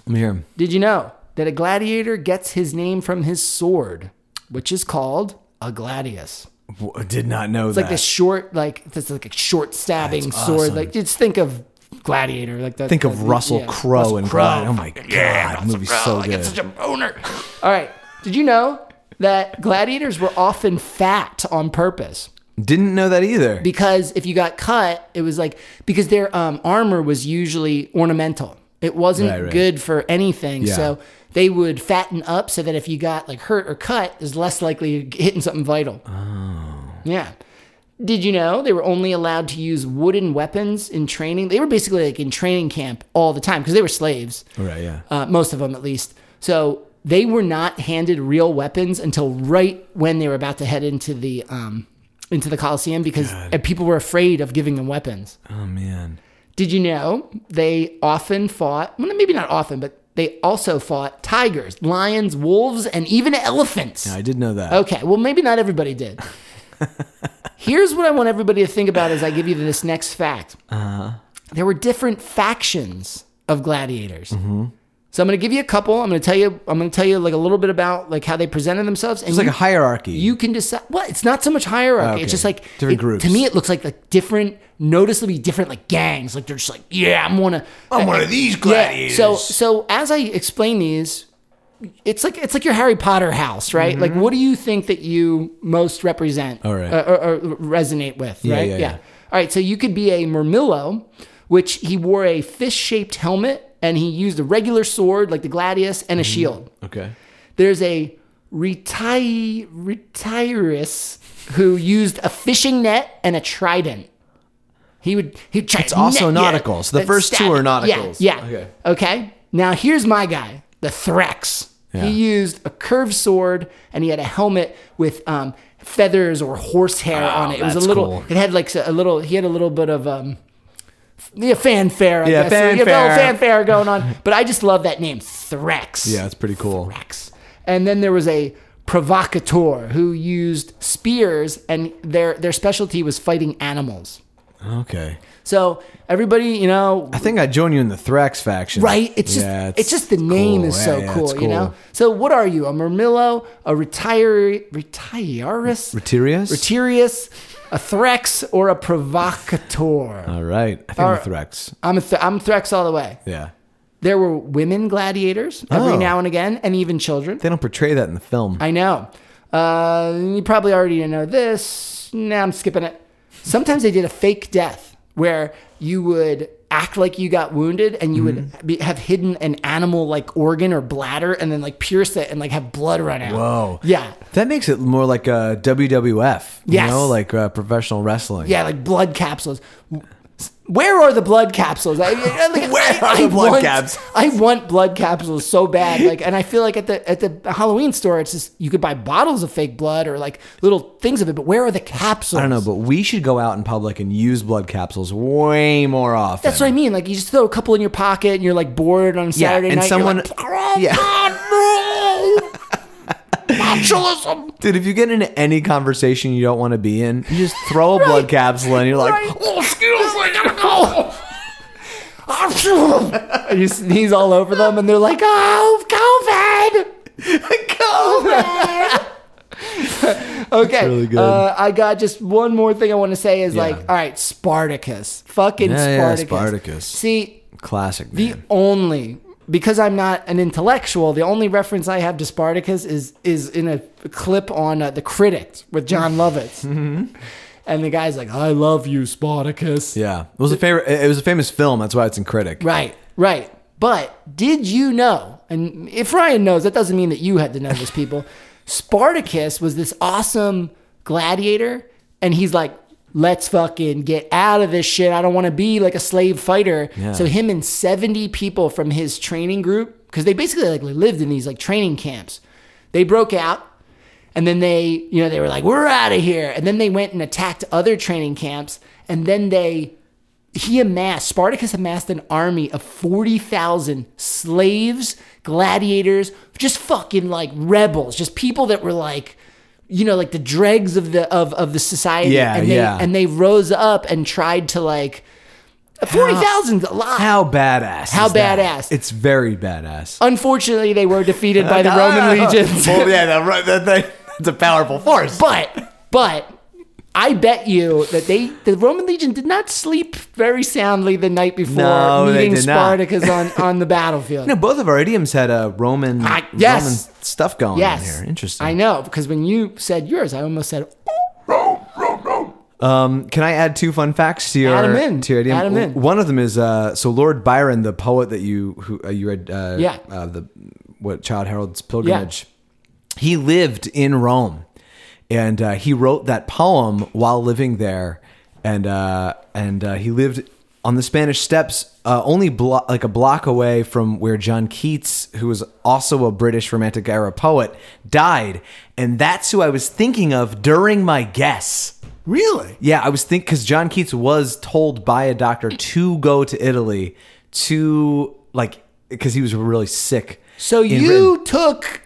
B: Let me hear 'em.
A: Did you know that a gladiator gets his name from his sword, which is called a gladius?
B: W- I Did not know that.
A: Like the short, like this, is like a short stabbing
B: That's
A: sword.
B: awesome.
A: Like just think of gladiator, like that.
B: Think of
A: that-
B: Russell
A: yeah,
B: Crowe
A: Russell
B: and
A: Crowe.
B: Glad. Oh my god, the movie's so
A: Oh, I get
B: good.
A: such a boner. All right, did you know that gladiators were often fat on purpose?
B: Didn't know that either.
A: because if you got cut, it was like because their um, armor was usually ornamental. It wasn't
B: Right, right.
A: good for anything.
B: Yeah.
A: So they would fatten up so that if you got like hurt or cut, is less likely to hitting something vital. Oh. Yeah. Did you know they were only allowed to use wooden weapons in training? They were basically like in training camp all the time because they were slaves
B: right? Yeah.
A: uh, most of them at least. So they were not handed real weapons until right when they were about to head into the um, into the Coliseum because uh, people were afraid of giving them weapons.
B: Oh man.
A: Did you know they often fought? Well, maybe not often, but they also fought tigers, lions, wolves, and even elephants.
B: I did know that.
A: Okay, well, maybe not everybody did. Here's what I want everybody to think about as I give you this next fact. Uh-huh. There were different factions of gladiators.
B: Mm-hmm.
A: So I'm going to give you a couple. I'm going to tell you. I'm going to tell you like a little bit about like how they presented themselves. And
B: It's like
A: you-
B: a hierarchy.
A: you can decide. Well, it's not so much hierarchy.
B: Okay.
A: It's just like
B: Different
A: it-
B: groups.
A: To me, it looks like like different, noticeably different, like gangs. Like they're just like, yeah, I'm one of,
B: I'm one of these
A: yeah. So,
B: gladiators.
A: so as I explain these, it's like it's like your Harry Potter house, right? Like, what do you think that you most represent
B: Mm-hmm. All right.
A: uh, or, or resonate with, right?
B: yeah, yeah.
A: All right, so you could be a Mermillo, which he wore a fish-shaped helmet and he used a regular sword like the gladius and a
B: Mm-hmm.
A: shield
B: okay.
A: there's a retire retirist who used a fishing net and a trident. He would he would try It's
B: also nautical, so the first two are nauticals.
A: Yeah. yeah.
B: Okay.
A: Okay. Now here's my guy, the Threx.
B: Yeah.
A: He used a curved sword and he had a helmet with um, feathers or horsehair on it. It was a
B: that's
A: little.
B: cool.
A: It had like a little. He had a little bit of um, f- yeah, fanfare. I
B: Yeah,
A: guess. So you have a
B: fanfare.
A: little fanfare going on. But I just love that name, Threx.
B: Yeah, it's pretty cool.
A: Rex. And then there was a provocateur who used spears, and their their specialty was fighting animals.
B: Okay.
A: So everybody, you know,
B: I think I join you in the Thrax faction.
A: right? It's just
B: Yeah,
A: it's, just the name
B: cool.
A: is
B: Yeah,
A: so
B: yeah,
A: cool,
B: it's
A: you know. So what are you? A Mermillo, a retiree, retireus,
B: Retirius?
A: Retirius, a Threx, or a provocateur?
B: All right. I think
A: All
B: I'm a
A: right.
B: Thrax.
A: I'm a th- I'm Threx all the way.
B: Yeah.
A: There were women gladiators every
B: Oh.
A: now and again, and even children.
B: They don't portray that in the film.
A: I know. Uh, you probably already know this. Nah, I'm skipping it. Sometimes they did a fake death where you would act like you got wounded and you would be, have hidden an animal like organ or bladder and then like pierce it and like have blood run out.
B: Whoa.
A: Yeah.
B: That makes it more like uh, a WWF, you
A: Yes.
B: know, like uh, professional wrestling.
A: Yeah, like blood capsules. Where are the blood capsules? I, I- like,
B: Where are the blood
A: want,
B: caps?
A: I want blood capsules so bad. Like, and I feel like at the at the Halloween store, it's just you could buy bottles of fake blood or like little things of it. But where are the capsules?
B: I don't know, but we should go out in public and use blood capsules way more often.
A: That's what I mean. Like you just throw a couple in your pocket and you're like bored on a Saturday
B: and
A: night. you're
B: someone-
A: like, oh,
B: yeah.
A: God, no! Botulism.
B: Dude, if you get into any conversation you don't want to be in, you just throw a blood capsule and you're like,
A: Right. Oh, excuse me, I gotta go. Ah, phew. and you sneeze all over them, and they're like, "Oh, COVID, COVID." okay,
B: really good.
A: Uh, I got just one more thing I want to say is like,
B: Yeah.
A: all right, Spartacus, fucking
B: Yeah, yeah,
A: Spartacus.
B: Spartacus.
A: See,
B: classic, man.
A: The only because I'm not an intellectual, the only reference I have to Spartacus is is in a clip on uh, The Critic with John Lovitz. And the guy's like, "I love you, Spartacus."
B: Mm-hmm. yeah, it was a favorite. It was a famous film. That's why it's in critic.
A: Right, right. But did you know? And if Ryan knows, that doesn't mean that you had to know this, people. Spartacus was this awesome gladiator, and he's like, let's fucking get out of this shit. I don't want to be like a slave fighter.
B: Yeah.
A: So him and 70 people from his training group, because they basically like lived in these like training camps, they broke out. And then they, you know, they were like, we're out of here. And then they went and attacked other training camps. And then they he amassed Spartacus amassed an army of forty thousand slaves, gladiators, just fucking like rebels, just people that were like, you know, like the dregs of the of of the society.
B: Yeah,
A: and they,
B: yeah.
A: And they rose up and tried to like forty thousand a lot.
B: How badass!
A: How
B: is that?
A: badass. Oh,
B: It's very badass.
A: Unfortunately, they were defeated by the
B: Like,
A: Roman
B: ah!
A: legions.
B: well, yeah, that, right, that, that, that's a powerful force.
A: But but I bet you that they the Roman legion did not sleep very soundly the night before
B: No, they
A: meeting
B: did not.
A: Spartacus on on the battlefield.
B: You know, both of our idioms had a Roman,
A: Ah, yes.
B: Roman stuff going
A: Yes.
B: on here. Interesting.
A: I know because when you said yours, I almost said
B: Um, can I add two fun facts to your
A: Add 'em in.
B: to your idiom?
A: Add 'em in.
B: One of them is uh, so Lord Byron, the poet that you who uh, you read, uh,
A: Yeah.
B: uh, the what Child Harold's pilgrimage. He lived in Rome, and uh, he wrote that poem while living there, and uh, and uh, he lived on the Spanish Steps, uh, only blo- like a block away from where John Keats, who was also a British Romantic era poet, died, and that's who I was thinking of during my guess.
A: really.
B: Yeah, I was thinking because John Keats was told by a doctor to go to Italy to like because he was really sick.
A: So
B: in
A: you
B: Britain.
A: took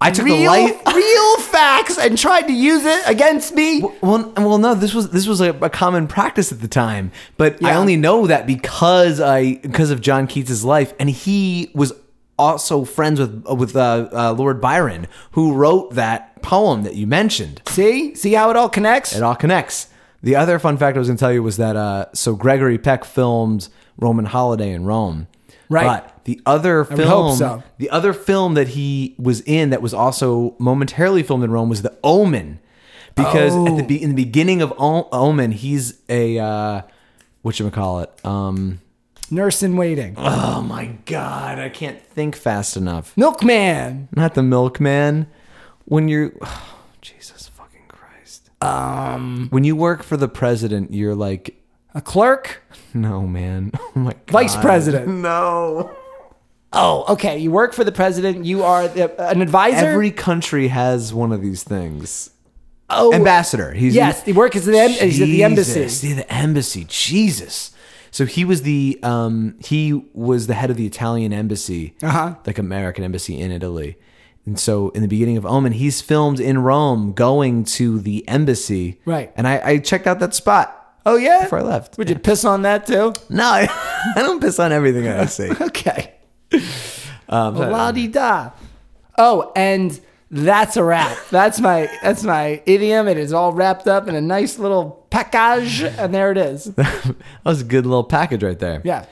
B: I took
A: real,
B: the light.
A: real facts and tried to use it against me.
B: Well, well, no. This was this was a, a common practice at the time, but I
A: Yeah.
B: only know that because I because of John Keats's life, and he was also friends with with uh, uh, Lord Byron, who wrote that poem that you mentioned.
A: See, see how it all connects.
B: It all connects. The other fun fact I was going to tell you was that uh, so Gregory Peck filmed Roman Holiday in Rome,
A: Right.
B: But the other film,
A: would hope so.
B: the other film that he was in that was also momentarily filmed in Rome was The Omen, because at the be- in the beginning of o- Omen, he's a uh, what you call it? Um,
A: Nurse in waiting,
B: oh my god, I can't think fast enough.
A: milkman.
B: Not the milkman. When you're Jesus fucking Christ. Um when you work for the president, you're like,
A: A clerk?
B: no man. Oh my god.
A: Vice president.
B: No.
A: Oh, okay. You work for the president. You are the, an advisor.
B: Every country has one of these things.
A: oh,
B: Ambassador. He's
A: yes. He works at the, em- he's at the
B: Jesus.
A: embassy.
B: Yeah, the embassy. Jesus. So he was the um he was the head of the Italian embassy,
A: Uh-huh.
B: like American embassy in Italy. And so in the beginning of Omen, he's filmed in Rome going to the embassy.
A: Right.
B: And I, I checked out that spot
A: Oh yeah.
B: before I left.
A: Would you piss on that too?
B: No, I, I don't piss on everything I see.
A: Okay.
B: Um, so-
A: La di da. Oh, and that's a wrap. That's my that's my idiom. It is all wrapped up in a nice little package, and there it is.
B: that was a good little package right there.
A: Yeah.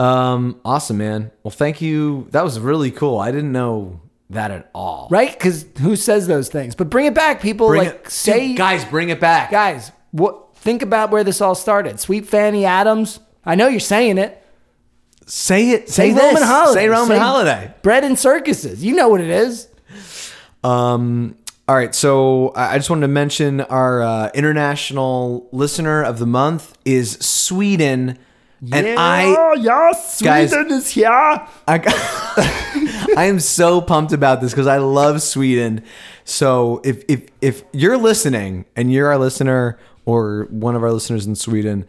B: Um, awesome, man. Well, thank you. That was really cool. I didn't know that at all.
A: Right? Because who says those things? But bring it back, people.
B: Bring
A: like
B: it,
A: say,
B: Dude, guys, bring it back.
A: guys, what? Think about where this all started. Sweet Fanny Adams. I know you're saying it.
B: Say it. Say,
A: Say
B: this.
A: Roman Holiday.
B: Say Roman Holiday.
A: Bread and circuses. You know what it is.
B: Um. All right. So I I just wanted to mention our uh, international listener of the month is Sweden, and I
A: Oh, yes,
B: Guys-
A: is here.
B: I, I am so pumped about this because I love Sweden. So if if if you're listening and you're our listener or one of our listeners in Sweden,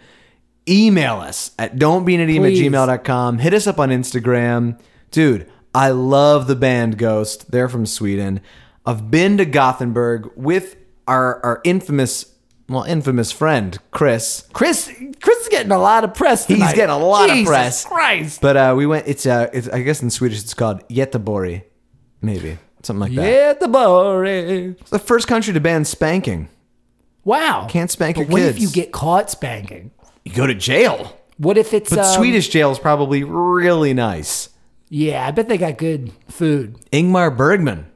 B: email us at don'tbeinanime at
A: Please.
B: gmail.com. Hit us up on Instagram. Dude, I love the band Ghost. They're from Sweden. I've been to Gothenburg with our our infamous well, infamous friend, Chris.
A: Chris, Chris is getting a lot of press. Tonight.
B: getting a lot of
A: Jesus
B: press.
A: Christ.
B: But uh, we went. It's uh, it's I guess in Swedish it's called Göteborg, maybe something like that.
A: Yeah, the boring.
B: It's the first country to ban spanking.
A: Wow.
B: Can't spank
A: but
B: your
A: what
B: kids.
A: if you get caught spanking?
B: You go to jail.
A: What if it's
B: But
A: um,
B: Swedish jail is probably really nice.
A: Yeah, I bet they got good food.
B: Ingmar Bergman,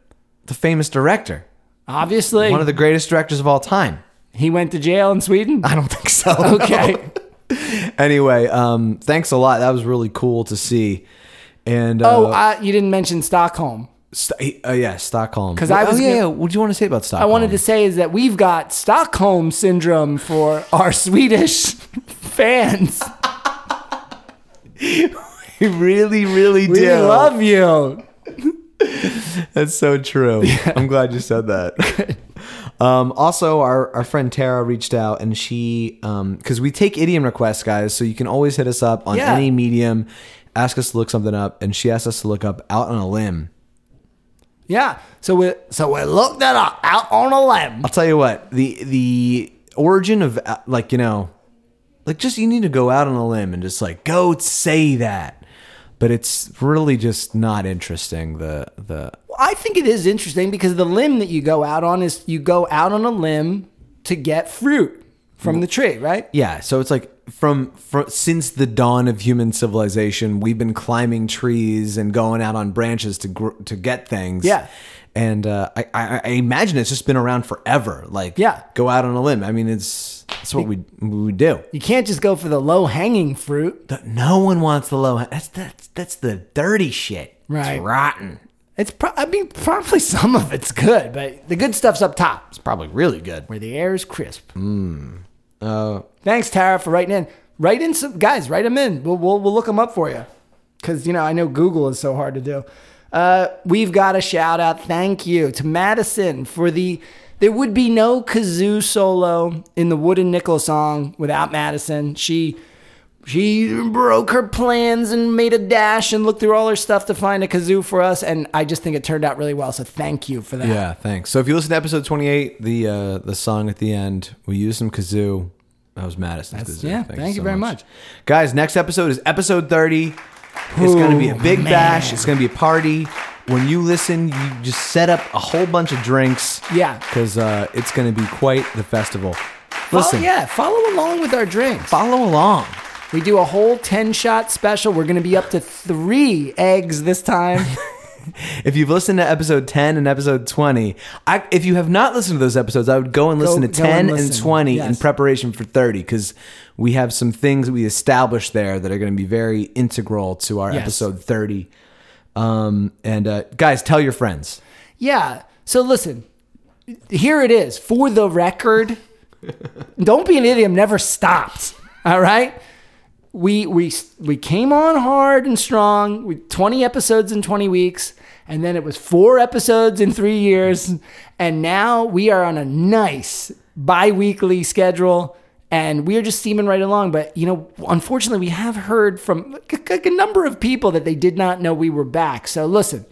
B: the famous director,
A: Obviously,
B: one of the greatest directors of all time.
A: he went to jail in Sweden.
B: I don't think so.
A: Okay.
B: anyway, um, thanks a lot. That was really cool to see. And uh,
A: oh, I, you didn't mention Stockholm.
B: st- uh, yeah, Stockholm.
A: 'Cause I was
B: oh, yeah,
A: gonna-
B: yeah. What do you want to say about
A: I
B: Stockholm?
A: wanted to say is that we've got Stockholm syndrome for our Swedish fans.
B: We really, really
A: We
B: do.
A: love you.
B: That's so true. I'm glad you said that. um, also, our, our friend Tara reached out and she, because we take idiom requests, guys, so you can always hit us up on
A: Yeah.
B: any medium, ask us to look something up, and she asked us to look up Out on a Limb.
A: Yeah. So we so we looked that up out on a limb.
B: I'll tell you what, the, the origin of, uh, like, you know, like just you need to go out on a limb and just like go say that. But it's really just not interesting. The the
A: I think it is interesting because the limb that you go out on is you go out on a limb to get fruit from the tree, right?
B: Yeah, so it's like from, from since the dawn of human civilization, we've been climbing trees and going out on branches to gr- to get things.
A: Yeah.
B: and uh, I, I I imagine it's just been around forever. Like
A: Yeah.
B: go out on a limb. I mean, it's that's what we we do.
A: You can't just go for the low hanging fruit.
B: Th- No one wants the low. That's that's that's the dirty shit. It's
A: Right.
B: rotten.
A: It's pro- I mean probably some of it's good, but the good stuff's up top
B: It's probably really good.
A: where the air is crisp.
B: Uh,
A: Thanks Tara for writing in. Write in some guys, write them in. We'll we'll, we'll look them up for you. Cuz you know, I know Google is so hard to do. Uh, we've got a shout out. Thank you to Madison for the there would be no kazoo solo in the Wooden Nickel song without Madison. She she broke her plans and made a dash and looked through all her stuff to find a kazoo for us. And I just think it turned out really well. So thank you for that.
B: Yeah, thanks. So if you listen to episode 28, the uh, the song at the end, we used some kazoo. That was Madison's kazoo.
A: yeah, thank you very much.
B: Guys, next episode is episode 30. it's going to be a
A: Ooh,
B: big
A: man.
B: bash. It's going to be a party. When you listen, you just set up a whole bunch of drinks.
A: Yeah.
B: Because uh, it's going to be quite the festival.
A: Follow-
B: Listen,
A: yeah, follow along with our drinks.
B: follow along.
A: We do a whole 10 shot special. We're going to be up to three eggs this time.
B: If you've listened to episode 10 and episode 20, I, if you have not listened to those episodes, I would go and listen to
A: go and
B: 10 and,
A: listen.
B: 20 in
A: Yes.
B: preparation for 30 because we have some things that we established there that are going to be very integral to our
A: Yes.
B: episode 30. Um, and uh, guys, tell your friends.
A: yeah. So listen, here it is for the record. Don't be an idiom. Never stopped. All right. We we we came on hard and strong. with 20 episodes in 20 weeks, and then it was four episodes in three years, and now we are on a nice bi-weekly schedule. And we are just steaming right along, but you know, unfortunately, we have heard from like, like a number of people that they did not know we were back. So listen,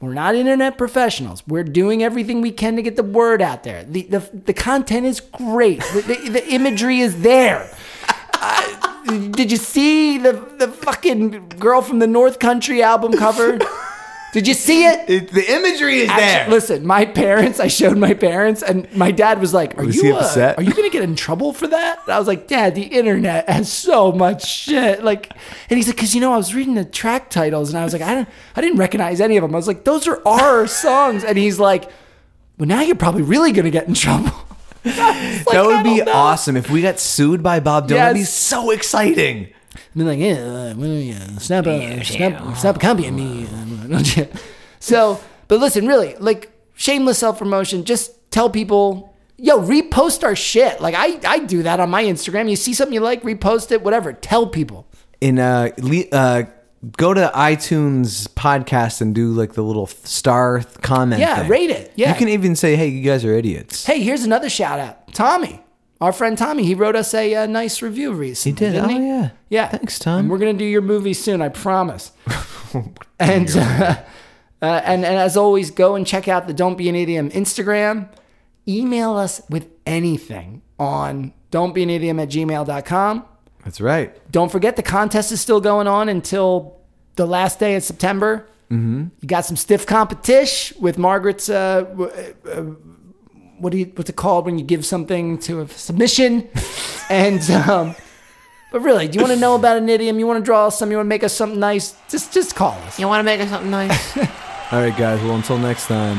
A: We're not internet professionals. We're doing everything we can to get the word out there. The the, the content is great. The, the, the imagery is there. Uh, did you see the the fucking girl from the North Country album cover? Did you see it?
B: the imagery is
A: Actually, listen, my parents. I showed my parents, and my dad was like, "Are
B: Was
A: you
B: he
A: uh,
B: upset?
A: are you gonna get in trouble for that?" And I was like, "Dad, the internet has so much shit." Like, and he's like, "Cause you know, I was reading the track titles, and I was like, I don't, I didn't recognize any of them." I was like, "Those are our songs," and he's like, "Well, now you're probably really gonna get in trouble." Like,
B: that
A: I
B: would be
A: don't know.
B: awesome if we got sued by Bob Dylan. That'd be
A: Yes.
B: so exciting.
A: And they're like, yeah, uh, well, yeah, snap a, snap, snap a copy of me. so, but listen, really, like shameless self promotion. Just tell people, yo, repost our shit. Like I, I do that on my Instagram. You see something you like, repost it, whatever. Tell people.
B: in uh, le- uh go to iTunes podcast and do like the little th- star th- comment.
A: Yeah,
B: thing.
A: rate it. Yeah.
B: you can even say, "Hey, you guys are idiots."
A: Hey, here's another shout out, Tommy. Our friend Tommy, he wrote us a uh, nice review recently.
B: did.
A: didn't
B: Oh,
A: he?
B: yeah.
A: Yeah.
B: Thanks, Tom.
A: And we're gonna do your movie soon, I promise. and uh, uh, and and as always, go and check out the Don't Be an Idiom Instagram. Email us with anything on don't be an idiom at gmail.com.
B: That's right.
A: Don't forget the contest is still going on until the last day in September. Mm-hmm. You got some stiff competition with Margaret's. Uh, w- uh, what do you? What's it called when you give something to a submission? and um, but really, do you want to know about an idiom? You want to draw us some? You want to make us something nice? Just just call us.
C: You want to make us something nice?
B: All right, guys. Well, until next time.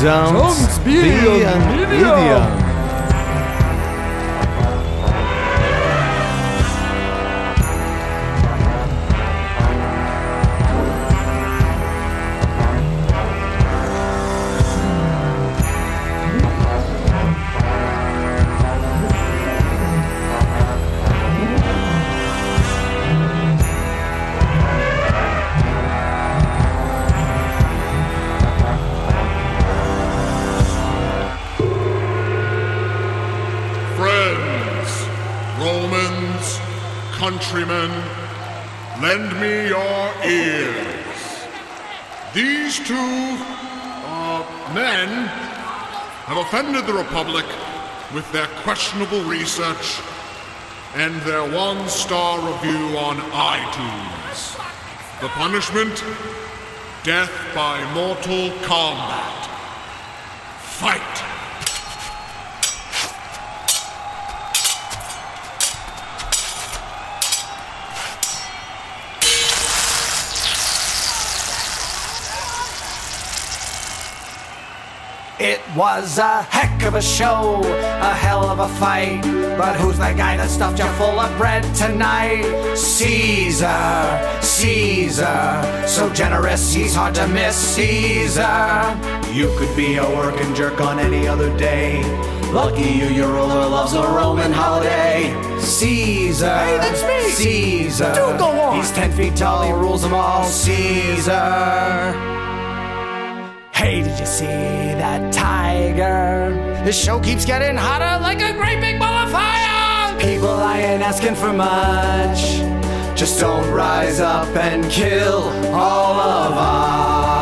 B: Don't,
A: Don't be an idiot.
B: idiot.
D: Friends, Romans, countrymen, lend me your ears. These two uh, men have offended the Republic with their questionable research and their one star review on iTunes. The punishment? Death by mortal combat. Fight!
E: It was a heck of a show, a hell of a fight. But who's that guy that stuffed you full of bread tonight? Caesar, Caesar, so generous, he's hard to miss. Caesar, you could be a working jerk on any other day. Lucky you, your ruler loves a Roman holiday. Caesar, hey,
A: that's me.
E: Caesar,
A: Do go on.
E: He's ten feet tall, he rules them all. Caesar. Hey, did you see that tiger? This show keeps getting hotter like a great big ball of fire!
B: people, I ain't asking for much. Just don't rise up and kill all of us.